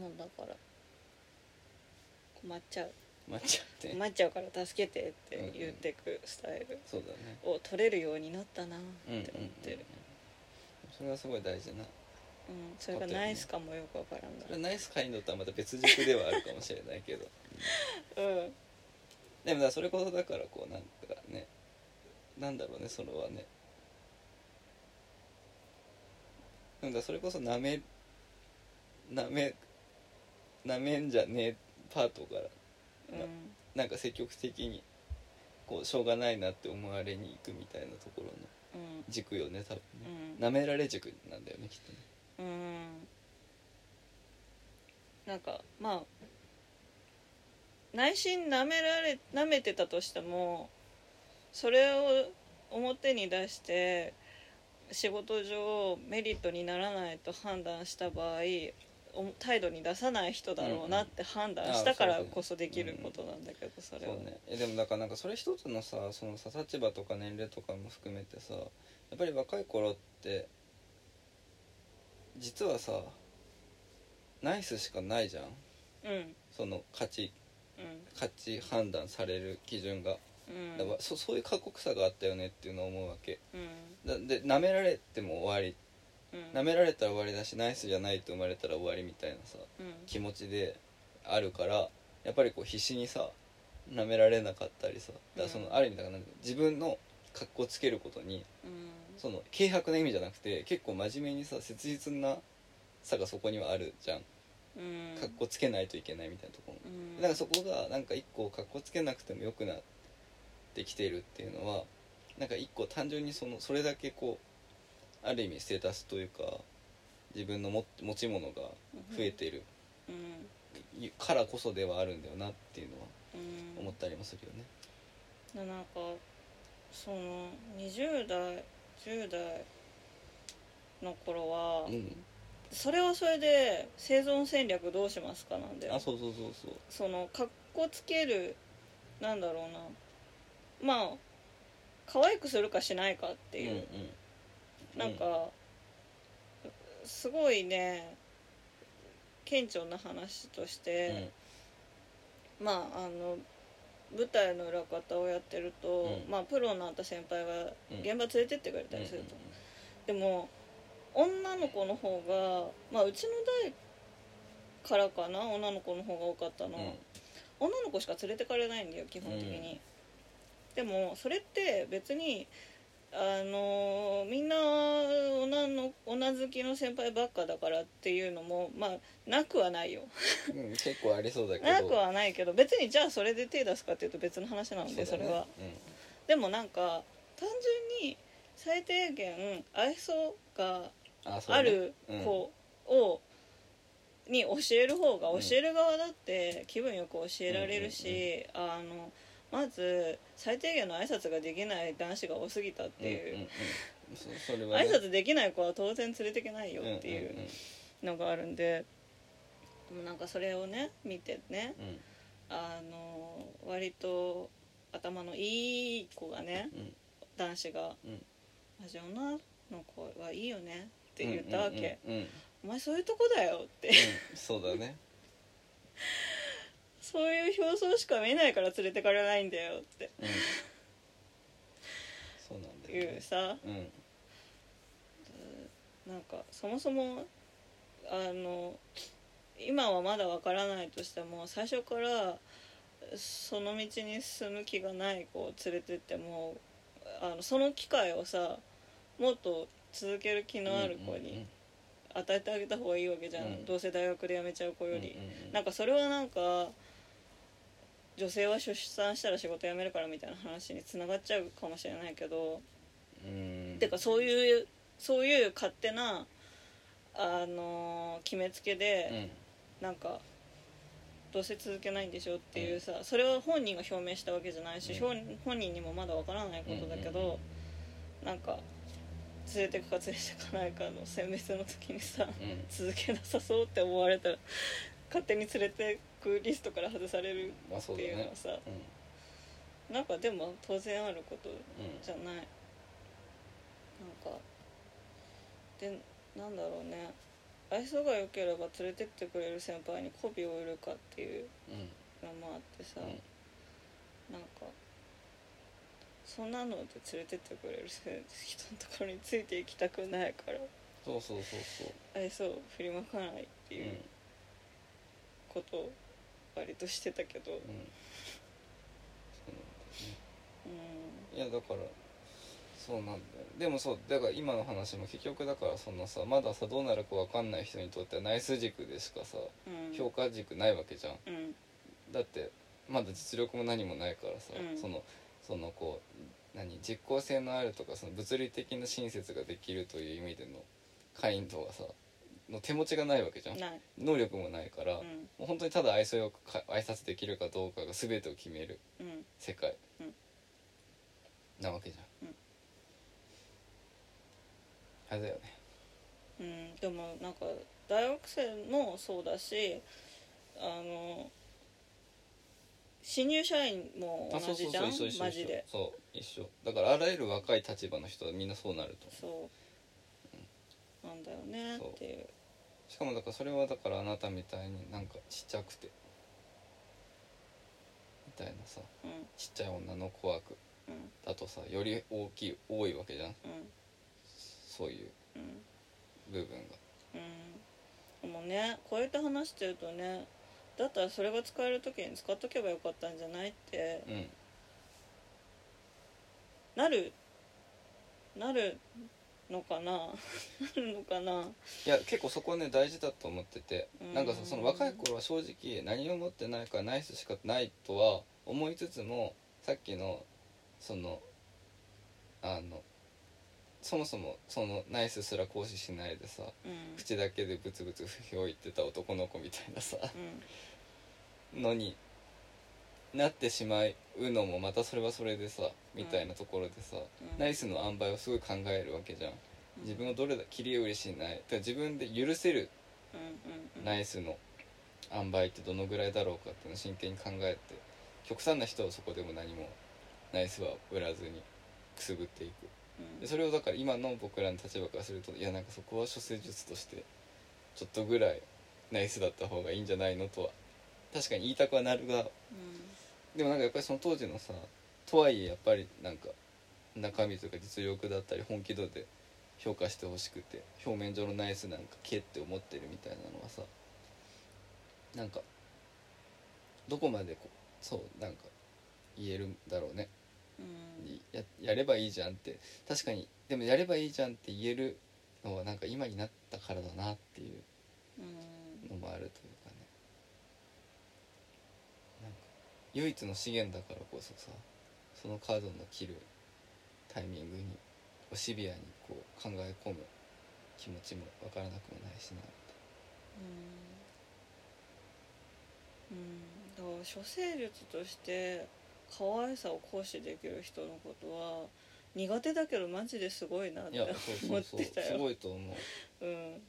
A: ん
B: もうだから困っちゃう
A: 待っちゃって
B: 困っちゃうから助けてって言ってくスタイル
A: そうだね
B: を取れるようになったなっ
A: うんうんうん
B: て思ってる、
A: それはすごい大事な
B: うんそれがナイスかもよくわからん
A: それ
B: が、
A: ナイス会にとってはまた別軸ではあるかもしれないけど
B: うん
A: でもだそれこそだからこうなんかねなんだろうねそれはねでもだそれこそなめなめなめんじゃねえパートから
B: うん
A: なんか積極的にこうしょうがないなって思われに行くみたいなところの
B: うん
A: 軸よね多分ね
B: うん
A: なめられ軸なんだよねきっとね
B: うんなんかまあ内心なめられなめてたとしてもそれを表に出して仕事上メリットにならないと判断した場合お態度に出さない人だろうなって判断したからこそできることなんだけどそれ
A: そ
B: は
A: うねえでもだからなんかそれ一つのさそのさ立場とか年齢とかも含めてさやっぱり若い頃って実はさナイスしかないじゃん
B: うん
A: その価値
B: うん
A: 価値判断される基準が、
B: うん
A: だからそそういう過酷さがあったよねっていうのを思うわけ
B: うん
A: だで舐められても終わり
B: うん
A: 舐められたら終わりだしナイスじゃないと生まれたら終わりみたいなさ
B: うん
A: 気持ちであるからやっぱりこう必死にさ舐められなかったりさだからそ
B: うん
A: のある意味だからなんか自分の格好つけることに
B: うん
A: その軽薄な意味じゃなくて結構真面目にさ切実なさがそこにはあるじゃん
B: うん
A: 格好つけないといけないみたいなところも
B: うん
A: だからそこがなんか一個格好つけなくてもよくなってきてるっていうのはなんか一個単純にそのそれだけこうある意味ステータスというか自分の持って持ち物が増えてる
B: うん
A: からこそではあるんだよなっていうのは
B: うん
A: 思ったりもするよね。
B: でなんかその20代10代の頃は、
A: うん、
B: それはそれで生存戦略どうしますかなんだよ
A: あそうそうそうそう。
B: そのかっこつけるなんだろうなまあ可愛くするかしないかっていう、
A: うん
B: なんかすごいね顕著な話とし
A: う
B: て、
A: ん
B: まああの舞台の裏方をやってると、
A: うん
B: まあ、プロになった先輩が
A: うん
B: 現場連れてってくれたりすると、でも女の子の方が、まあ、うちの代からかな女の子の方が多かったの、
A: うん
B: 女の子しか連れてかれないんだよ基本的に、でもそれって別にあのみんな女の女好きの先輩ばっかだからっていうのもまあなくはないよ
A: うんうん結構ありそうだけど。
B: なくはないけど別にじゃあそれで手出すかっていうと別の話なのでそ,、
A: うだね
B: れは。でもなんか単純に最低限愛想が
A: うんあそう
B: あ
A: ね
B: る
A: うん
B: 子を、に教える方が教える側だって気分よく教えられるし、あのまず最低限の挨拶ができない男子が多すぎたっていう。
A: んんうんそそれはね
B: 挨拶できない子は当然連れてけないよってい
A: ん
B: うのがあるんで、でもなんかそれをね見てね、
A: うんうん
B: あの割と頭のいい子がね
A: うん
B: 男子が
A: うんうん
B: 「マジ女の子はいいよね」って言ったわけ「
A: うんうんうんうん
B: お前そういうとこだよ」って
A: そうだね
B: そういう表層しか見えないから連れてかれないんだよ
A: う
B: っ
A: んそうなん
B: て
A: だよ
B: いう
A: ね
B: さ
A: うん
B: なんかそもそもあの今はまだわからないとしても最初からその道に進む気がない子を連れてってもあのその機会をさもっと続ける気のある子に与えてあげた方がいいわけじゃん、
A: うん
B: どうせ大学で辞めちゃう子
A: うんう
B: よ
A: ん
B: り、
A: うん
B: なんかそれはなんか女性は出産したら仕事辞めるからみたいな話につながっちゃうかもしれないけど、
A: うん
B: てかそういうそういう勝手なああのー決めつけ
A: う
B: で、
A: ん
B: なんかどうせ続けないんでしょっていうさ、それは本人が表明したわけじゃないし、
A: うん
B: 表本人にもまだわからないことだけど、なんか連れてくか連れてかないかの選別の時にさ、
A: うん
B: 続けなさそうって思われたら勝手に連れてくリストから外される
A: まあそう
B: っ
A: だ
B: ていうの
A: ね
B: はさ、なんかでも当然あること
A: うんうん
B: じゃないなんかでなんだろうね愛想が良ければ連れてってくれる先輩に媚びを売るかっていう
A: うん
B: のもあってさ、
A: うん
B: なんかそんなので連れてってくれるせ人のところについていきたくないから
A: そうそうそうそう
B: 愛想を振りまかないって
A: うん
B: いうことを割としてたけど、
A: うんそうなんだよねい
B: う
A: やだからそうなんだよでもそうだから今の話も結局だからそのさまださどうなるかわかんない人にとってはナイス軸でしかさ
B: んうん、
A: 評価軸ないわけじゃん
B: うん
A: だってまだ実力も何もないからさ、
B: うん
A: そのそのこう何実効性のあるとかその物理的な親切ができるという意味での会員とかさの手持ちがないわけじゃん
B: ない、
A: 能力もないから、
B: う
A: も
B: ん
A: う本当にただ愛想よくか挨拶できるかどうかが全てを決める
B: うん、
A: 世界、
B: うん
A: なわけじゃん、
B: うん
A: あれだよね
B: うん、でもなんか大学生もそうだしあの新入社員も
A: あそ
B: 同
A: うそ
B: じ
A: う
B: じ
A: そ
B: ゃ
A: うん一緒一緒
B: マ
A: 一
B: ジ
A: 緒
B: で
A: そう一緒だからあらゆる若い立場の人はみんなそうなると
B: そうなんだよね
A: そう
B: っていう
A: しかもだからそれはだからあなたみたいになんかちっちゃくてみたいなさ
B: うん
A: ちっちゃい女の子枠
B: うん
A: だとさより大きい多いわけじゃん
B: うん
A: そういう
B: うん
A: 部分が
B: うんでもねこうやって話してるとねだったらそれが使える時に使っとけばよかったんじゃないって
A: うん
B: なるなるのかな なるのかない
A: や結構そこね大事だと思ってて
B: うん
A: なんかさその若い頃は正直何を持ってないからナイスしかないとは思いつつもさっきのそのあのそもそもそのナイスすら行使しないでさ
B: うん
A: 口だけでブツブツ不評言ってた男の子みたいなさ
B: うん
A: のになってしまうのもまたそれはそれでさみたいなところでさ、
B: うん
A: ナイスの塩梅をすごい考えるわけじゃん自分をどれだ切り売りしないだから自分で許せる
B: うんうんうん
A: ナイスの塩梅ってどのぐらいだろうかっていうのを真剣に考えて極端な人はそこでも何もナイスは売らずにくすぶっていく
B: うん
A: でそれをだから今の僕らの立場からするといやなんかそこは処世術としてちょっとぐらいナイスだった方がいいんじゃないのとは確かに言いたくはなるが
B: う
A: でもなんかやっぱりその当時のさとはいえやっぱりなんか中身というか実力だったり本気度で評価してほしくて表面上のナイスなんかけって思ってるみたいなのはさなんかどこまでこうそうなんか言えるんだろうね
B: んうん
A: ややればいいじゃんって確かにでもやればいいじゃんって言えるのはなんか今になったからだなっていう
B: うん
A: のもあるというかねなんか唯一の資源だからこそさそのカードの切るタイミングにこうシビアにこう考え込む気持ちもわからなくもないしな
B: うんだから処世術として可愛さを行使できる人のことは苦手だけどマジですごいなっ
A: い
B: て
A: やそうそうそう
B: 思ってたよ
A: すごいと思う
B: うん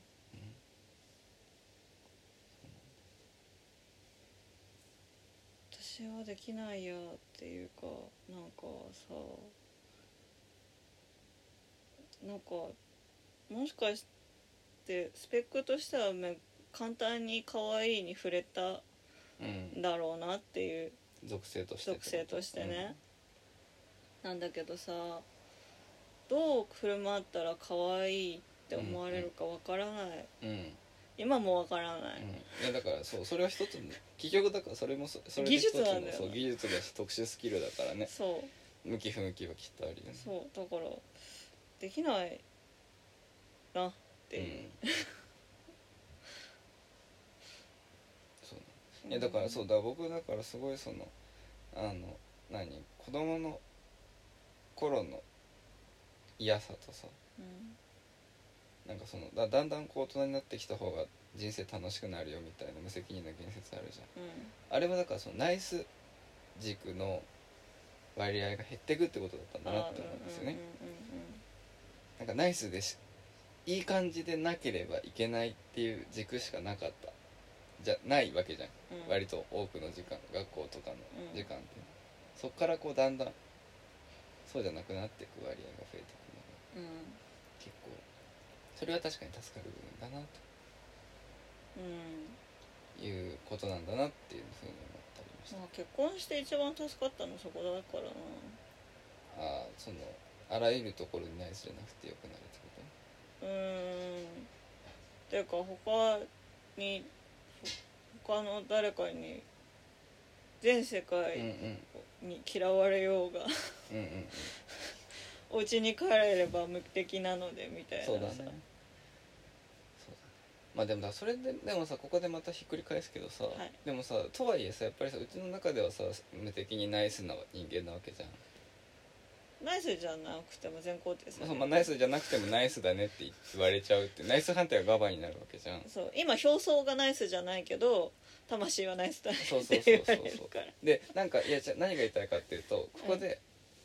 B: 私はできないやっていうかなんかさなんかもしかしてスペックとしてはめ簡単に可愛いに触れた
A: うん
B: んだろうなっていう
A: 属性として
B: 属性としてね、なんだけどさどう振る舞ったら可愛いって思われるかわからない、
A: うん、うん
B: 今もわからな
A: う
B: い、
A: ん、いやだからそうそれは一つの結局だからそれもそそれで
B: 技
A: 一つ
B: 術
A: の
B: なんだよな
A: そう技術だし特殊スキルだからね
B: そう
A: 向き不向きはきっとあるよね
B: そうだからできないなっていう、
A: うん、そういやだからそうだから僕だからすごいそのあの何子供の頃の嫌さとさ
B: うん、
A: なんかそのだだんだんこう大人になってきた方が人生楽しくなるよみたいな無責任な言説あるじゃん
B: う
A: あれはだからそのナイス軸の割合が減ってくってことだったん
B: ん
A: だなって思うんですよね、
B: うんうんうんうん
A: なんかナイスでしいい感じでなければいけないっていう軸しかなかったじゃないわけじゃん
B: うん
A: 割と多くの時間学校とかの
B: うん
A: 時間って、そっからこうだんだんそうじゃなくなっていく割合が増えてくるのが
B: うん
A: 結構それは確かに助かる部分だな
B: うん
A: ということなんだなっていうふうに思ったりました、
B: まあ結婚して一番助かったのそこだからな
A: ああそのあらゆるところにナイスじゃなくてよくなるってこ
B: うーんていうか他に他の誰かに全世
A: と、うん
B: 界
A: うん
B: に嫌われようが、
A: うんうんうん
B: お家に帰れれば無敵なのでみたいなさ
A: そうだねそうだねまあでもだそれででもさここでまたひっくり返すけどさ、
B: い
A: でもさとはいえさやっぱりさうちの中ではさ無敵にナイスな人間なわけじゃん、
B: ナイスじゃなくても全肯定さ
A: まあそ
B: れる
A: うまあ、ナイスじゃなくてもナイスだねって言われちゃうってナイス判定がガバになるわけじゃん
B: そう今表層がナイスじゃないけど魂はナイスだね
A: そう
B: っ
A: そう
B: て
A: そう
B: 言
A: そ
B: わ
A: う
B: れるから
A: でなんかいやじゃあ何が言いたいかっていうとここで、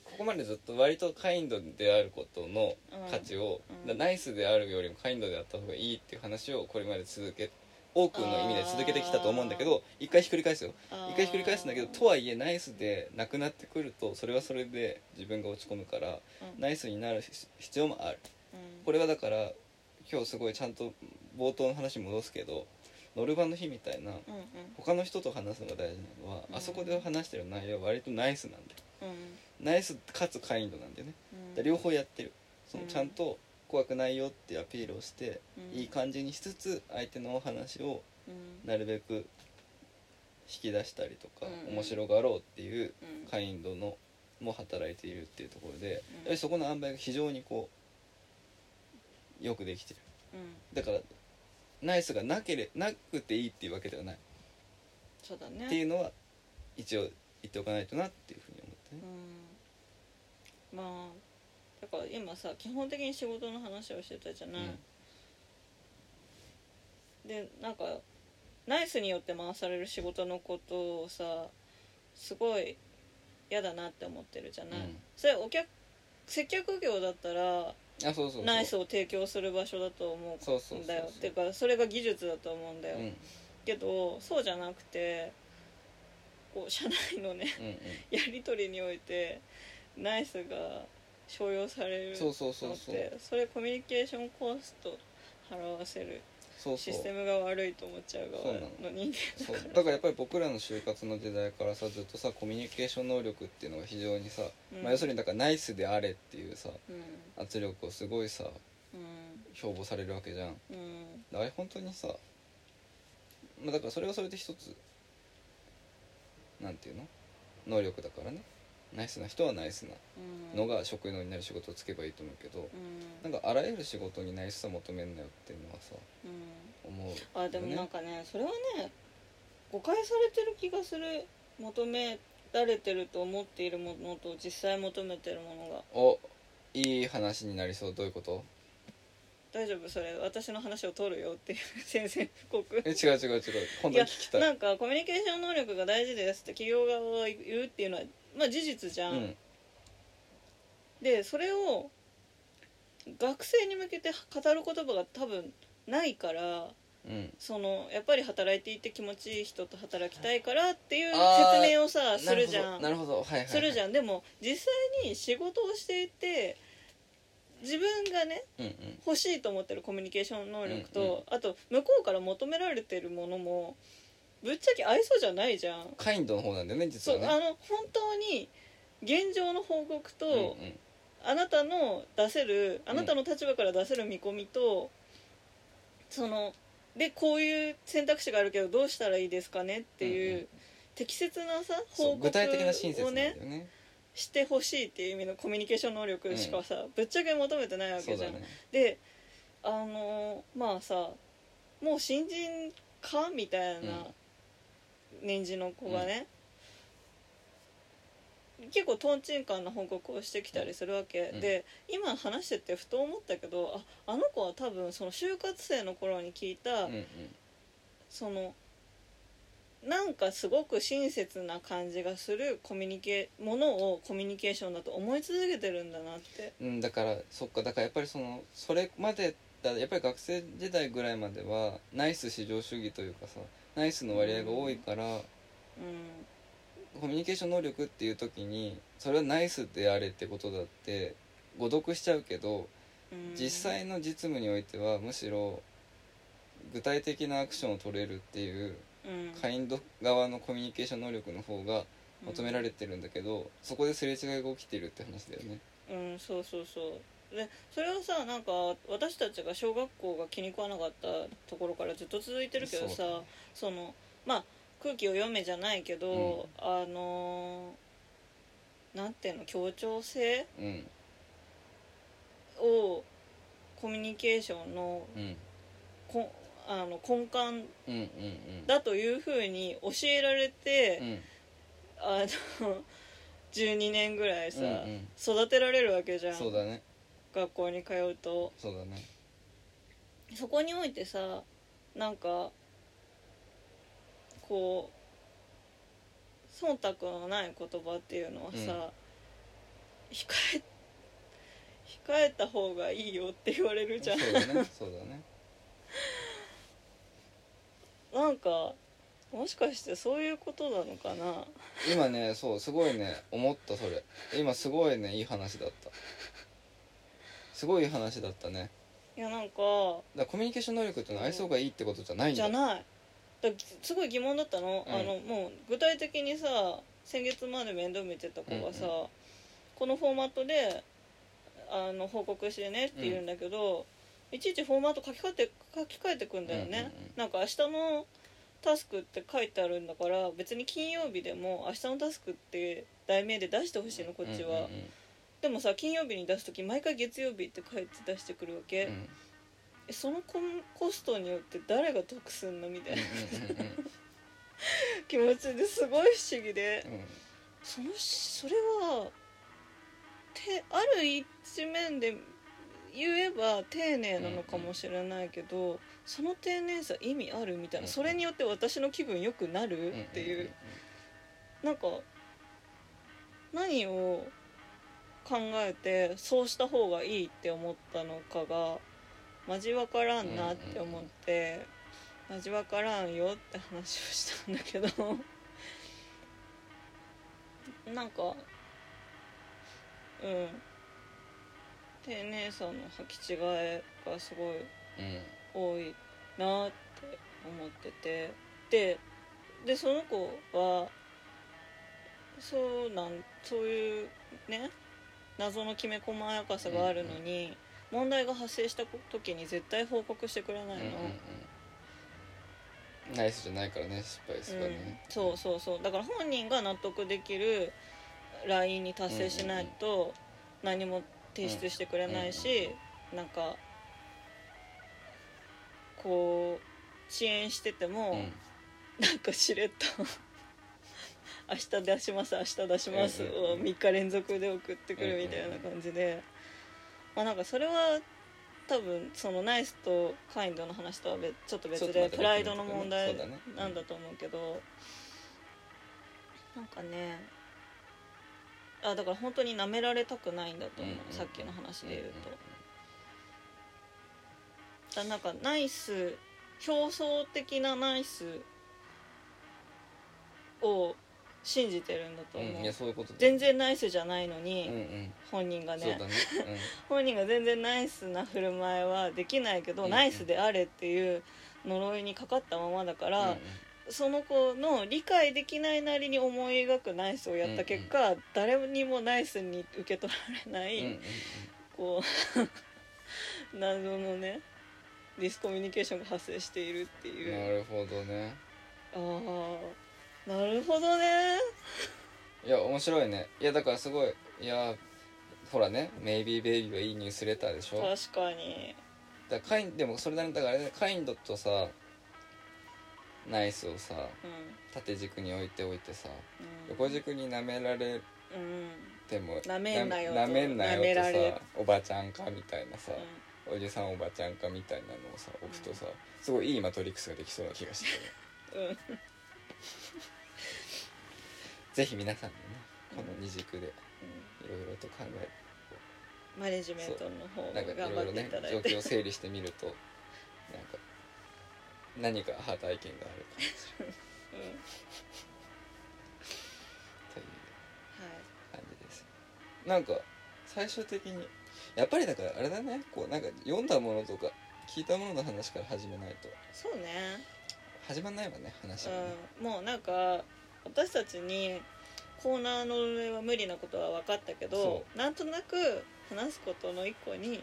A: ここまでずっと割とカインドであることの価値を、
B: うん
A: だナイスであるよりもカインドであった方がいいっていう話をこれまで続け多くの意味で続けてきたと思うんだけど一回ひっくり返すよ
B: あー
A: 一回ひっくり返すんだけどとはいえナイスでなくなってくるとそれはそれで自分が落ち込むから
B: うん
A: ナイスになる必必要もある
B: うん
A: これはだから今日すごいちゃんと冒頭の話に戻すけどノルマの日みたいな
B: うんうん
A: 他の人と話すのが大事なのは、
B: うん
A: あそこで話してる内容は割とナイスなんだよ
B: うん
A: ナイスかつカインドなんだよね、
B: うん
A: だから両方やってるその
B: うん
A: ちゃんと怖くないよってアピールをして、
B: うん
A: いい感じにしつつ相手のお話を
B: うん
A: なるべく引き出したりとか、
B: うん
A: 面白がろうっていう
B: うん
A: カインドのも働いているっていうところで、やっ
B: うん
A: ぱりそこの塩梅が非常にこうよくできてる
B: うん
A: だからナイスがなけれなくていいっていうわけではない
B: そうだね
A: っていうのは一応言っておかないとなっていうふうに思ってね
B: うん、まあだから今さ基本的に仕事の話をしてたじゃない、でなんかナイスによって回される仕事のことをさすごい嫌だなって思ってるじゃない、
A: うん
B: それお客接客業だったら
A: あそうそうそう
B: ナイスを提供する場所だと思
A: そうそううそ
B: ん
A: う
B: だよっていうかそれが技術だと思うんだよ、
A: うんうん
B: けどそうじゃなくてこう社内のね やり取りにおいてナイスが商用され
A: う
B: る
A: んそうそうそう
B: のっ
A: そう
B: てそれコミュニケーションコスト払わせる
A: そうそ
B: シ
A: う
B: ステムが悪いと思っちゃう側の人
A: そうだからやっぱり僕らの就活の時代からさずっとさコミュニケーション能力っていうのが非常にさ、
B: 間
A: まあ、要する
B: に
A: にだからナイスであれっていうさ
B: うん
A: 圧力をすごいさ
B: うん
A: 標榜されるわけじゃん
B: うん
A: あれ本当にさ、まあ、だからそれはそれで一つなんていうの能力だからねナイスな人はナイスな
B: うん
A: のが職能になる仕事をつけばいいと思うけど
B: うん
A: なんかあらゆる仕事にナイスさ求めんなよっていうのはさ
B: うん
A: 思う
B: あでもなんかねそれはね誤解されてる気がする求められてると思っているものと実際求めてるものが
A: おいい話になりそうどういうこと
B: 大丈夫それ私の話を取るよっていう宣戦布告
A: え違う違う違う本
B: い
A: 当
B: や
A: に聞きたい
B: なんかコミュニケーション能力が大事ですって企業側が言うっていうのは、まあ、事実じゃん、
A: うん
B: でそれを学生に向けて語る言葉が多分ないから
A: うん
B: そのやっぱり働いていて気持ちいい人と働きたいからっていう
A: あー
B: 説明をさするじゃん
A: なるほどなるほどはいはい、はい、
B: するじ
A: ゃん
B: ゃんでも実際に仕事をしていて自分がね
A: うんうん
B: 欲しいと思ってるコミュニケーション能力と、
A: うんう
B: あと向こうから求められてるものもぶっちゃけ合いそうじゃないじゃん
A: カインドの方なんだよね実
B: そう
A: は
B: あ
A: ね
B: の本当に現状の報告と、
A: うんうん
B: あなたの出せるあなたの立場から出せる見込みと、そのでこういう選択肢があるけどどうしたらいいですかねっていう、
A: うんうん
B: 適切なさ
A: そ
B: 報
A: う
B: 告
A: 具体的な親切な
B: を
A: んだよ
B: ね
A: ね
B: してほしいっていう意味のコミュニケーション能力しかさ、ぶっちゃけ求めてないわ
A: そ
B: け
A: う
B: じゃ
A: だ
B: ん。
A: ね
B: であのーまあさもう新人かみたいな年次の子がね、結構とんちんンな報告をしてきたりするわけ、
A: うん
B: で今話しててふと思ったけどああの子は多分その就活生の頃に聞いた、
A: うんうん
B: そのなんかすごく親切な感じがするコミュニケものをコミュニケーションだと思い続けてるんだなって
A: うん、だからそっかだからやっぱりそのそれまでだやっぱり学生時代ぐらいまではナイス至上主義というかさナイスの割合が多いから、
B: う
A: コミュニケーション能力っていう時にそれはナイスであれってことだって誤読しちゃうけど
B: ん、うん、
A: 実際の実務においてはむしろ具体的なアクションを取れるっていう
B: うん
A: カインド側のコミュニケーション能力の方が求められてるんだけどそこですれ違いが起きてるって話だよね。
B: うんそうそうそうでそれはさなんか私たちが小学校が気に食わなかったところからずっと続いてるけどさ
A: そうだね
B: そのまあ空気を読めじゃないけど、あのーなんていうの協調性
A: うん
B: をコミュニケーションの
A: うん
B: こあの根幹
A: うんうん
B: だというふうに教えられて、
A: うん
B: あの12年ぐらいさ、
A: うん
B: 育てられるわけじ
A: う
B: ゃ
A: ん
B: ん
A: そうだね
B: 学校に通うと
A: そうだね
B: そこにおいてさなんかこう忖度のない言葉っていうのはさ、
A: うん
B: 控え控えた方がいいよって言われる
A: そ
B: じゃ
A: うんだねそうだね
B: なんかもしかしてそういうことなのかな
A: 今ねそうすごいね思ったそれ今すごいねいい話だったすごいいい話だったね
B: いやなん
A: だ
B: か
A: からコミュニケーション能力ってのは愛想がいいってことじゃないん
B: じ
A: だ
B: ゃないだすごい疑問だったの,、
A: うん
B: あのもう具体的にさ先月まで面倒見てた子がさ、
A: うん
B: このフォーマットであの報告してねって言うんだけど、いちいちフォーマット書き換えて書き換えてくんだよね、
A: うんうんうん
B: なんか明日のタスクって書いてあるんだから別に金曜日でも明日のタスクって題名で出してほしいのこっちは、
A: うんうん
B: でもさ金曜日に出す時毎回月曜日って書いて出してくるわけ、
A: うんうん
B: えそのコンコストによって誰が得すんのみたいな
A: うんうん
B: 気持ちですごい不思議で
A: うんうん
B: そのそれはてある一面で言えば丁寧なのかもしれないけど、その丁寧さ意味あるみたい
A: うんう
B: な、
A: ん
B: それによって私の気分良くなる
A: うん
B: っていう、なんか何を考えてそうした方がいいって思ったのかがマジわからんなって思って、マジわからんよって話をしたんだけど なんかうん丁寧さの履き違えがすごい
A: うんうん
B: 多いなって思っててででその子はそうなんそういうね謎のきめ細やかさがあるのに、問題が発生した時に絶対報告してくれないの、
A: うんうんうんナイスじゃないからね失敗ですからね
B: うん、そうそうそうだから本人が納得できるラインに達成しないと何も提出してくれないし、なんかこう遅延してても、
A: うん
B: なんかしれっと明日出します明日出します
A: うんうん
B: を
A: うん
B: 3日連続で送ってくるみたいな感じで、まあなんかそれは多分そのナイスとカインドの話とは別ちょっと別
A: ちょっとま
B: で
A: た
B: プライドの問題
A: そうだね
B: なんだと思うけどなんかねあだから本当に舐められたくないんだと思う、
A: うんうん
B: さっきの話で言うと。
A: うんうん
B: だなんかナイス表層的なナイスを信じてるんだと思う、
A: うんいやそういうことだ
B: 全然ナイスじゃないの
A: う
B: に、
A: んうん
B: 本人が
A: そうだ
B: ね
A: ね
B: 本人が全然ナイスな振る舞いはできないけど、
A: うんうん
B: ナイスであれっていう呪いにかかったままだか
A: うん
B: ら、
A: うん
B: その子の理解できないなりに思い描くナイスをやった結果、誰にもナイスに受け取られない、
A: うんうんうん
B: こう 謎のねディスコミュニケーションが発生しているって
A: う
B: い
A: んな
B: う
A: るほどね
B: ああなるほどね
A: いや面白いねいやだからすごいいやほらね「メイビーベイビーはいいニュースレターでしょだか
B: 確かに
A: らカインでもそれなりにだからあれねカインドとさナイスをさ
B: うん
A: 縦軸に置いておいてさ
B: うん
A: 横軸に舐められ
B: うんうん
A: でも
B: なめんなよと
A: なめんなよと
B: なめられ
A: さおばちゃんかみたいなさ、おじさんおばちゃんかみたいなのをさ置くとさすごいいいマトリックスができそうな気がしてる
B: うん
A: ぜひ皆さんもねこの二軸でいろいろと考え
B: マネジメントの方も
A: なんかい
B: 頑
A: ろ
B: 張
A: いろ
B: ってい
A: ね
B: ただ
A: 状
B: いて、
A: 況を整理してみるとなんか何か歯体験があるかもしれない
B: うんはい
A: という感じですなんか最終的にやっぱりだからあれだねこうなんか読んだものとか聞いたものの話から始めないと
B: そうね
A: 始まんないわね話はね、
B: うん、もうなんか私たちにコーナーの運営は無理なことは分かったけど
A: そ
B: なんとなく話すことの一個に
A: うん、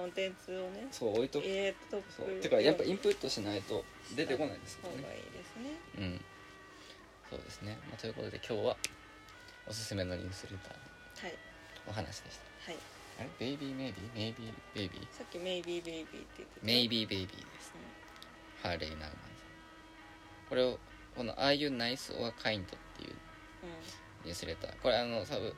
B: コンテンツをね
A: そう置いとく
B: 入れとく
A: そうてかやっぱイ
B: い
A: ンプットしないと出てこないですか
B: 方が
A: ら
B: いい
A: ね
B: ですね
A: うんそうですね、まあ、ということで今日はおすすめのニュースレター
B: はい
A: のお話でした
B: はい
A: あれベイビーメイビーメイビーベイビー
B: さっき「メイビーベイビー」って言ってた
A: メイビーベイビーです、ハーレイ・ナウマンさんこれをこの「ああいうナイス・オア・カインド」っていう
B: うん
A: ニュースレターこれあのサブ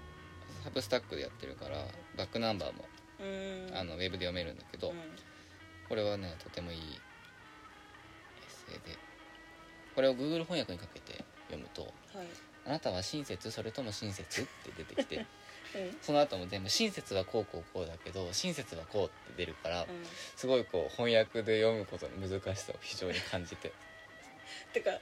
A: サブスタックでやってるからバックナンバーも
B: うんうん
A: あのウェブで読めるんだけど、
B: うん
A: これはねとてもいいエッセイでこれを Google 翻訳にかけて読むと
B: はい
A: 「あなたは親切それとも親切?」って出てき て
B: うん
A: その後も全部「親切はこうこうこうだけど親切はこう」って出るから
B: うん
A: すごいこう翻訳で読むことの難しさを非常に感じて
B: てか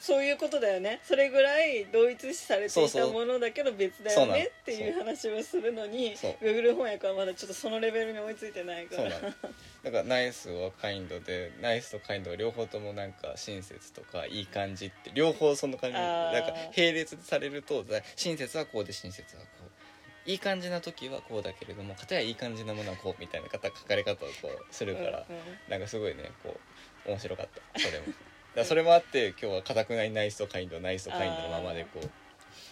B: そういうことだよねそれぐらい同一視されて
A: そう
B: いた
A: そう
B: ものだけど別だ
A: そう
B: よ
A: なの
B: ねっていう話をするのに
A: そう
B: Google 翻訳はまだちょっとそのレベルに追いついてない か
A: そう
B: ら
A: なのだから「ナイス」はカインドで「ナイス」と「カインド」は両方ともなんか親切とかいい感じって両方その感じ
B: あー
A: なんか並列されるとだ親切はこうで親切はこういい感じな時はこうだけれども片やいい感じなものはこうみたいな方書かれ方をこうするから、
B: うんうん
A: なんかすごいねこう面白かったそれ もだからそれもあって今日はかたくない「ナイス」と「カインド」「ナイス」と「カインド」のままでこう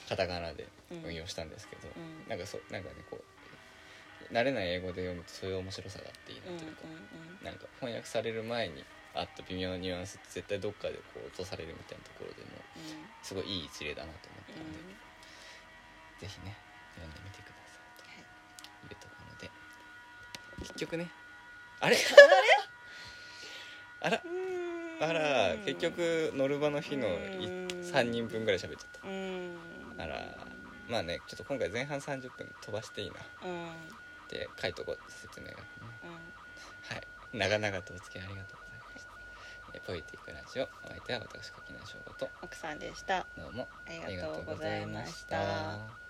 A: カタカナで運用したんですけど、
B: うんうん
A: なんかそうなんかねこう慣れない英語で読むとそういう面白さがあっていいな
B: うんうん
A: というか、
B: うん
A: なんか翻訳される前にあった微妙なニュアンスって絶対どっかでこう落とされるみたいなところでもすごいいい一例だなと思ったので、
B: うん
A: ぜひね読んでみてくださいというところで結局ねあれ あら
B: うん
A: あら結局ノルマの日の
B: うん
A: 3人分ぐらい喋っちゃった
B: うん
A: あらまあねちょっと今回前半30分飛ばしていいなっ
B: うんうん
A: て書いとこう説明がねはい長々とお付き合いありがとうございましたえポイティックラジオお相手は私柿内翔吾と
B: 奥さんでした
A: どうも
B: あ
A: あり
B: り
A: が
B: が
A: とう
B: とう
A: ご
B: ご
A: ざ
B: ざ
A: い
B: い
A: ま
B: ま
A: し
B: したた。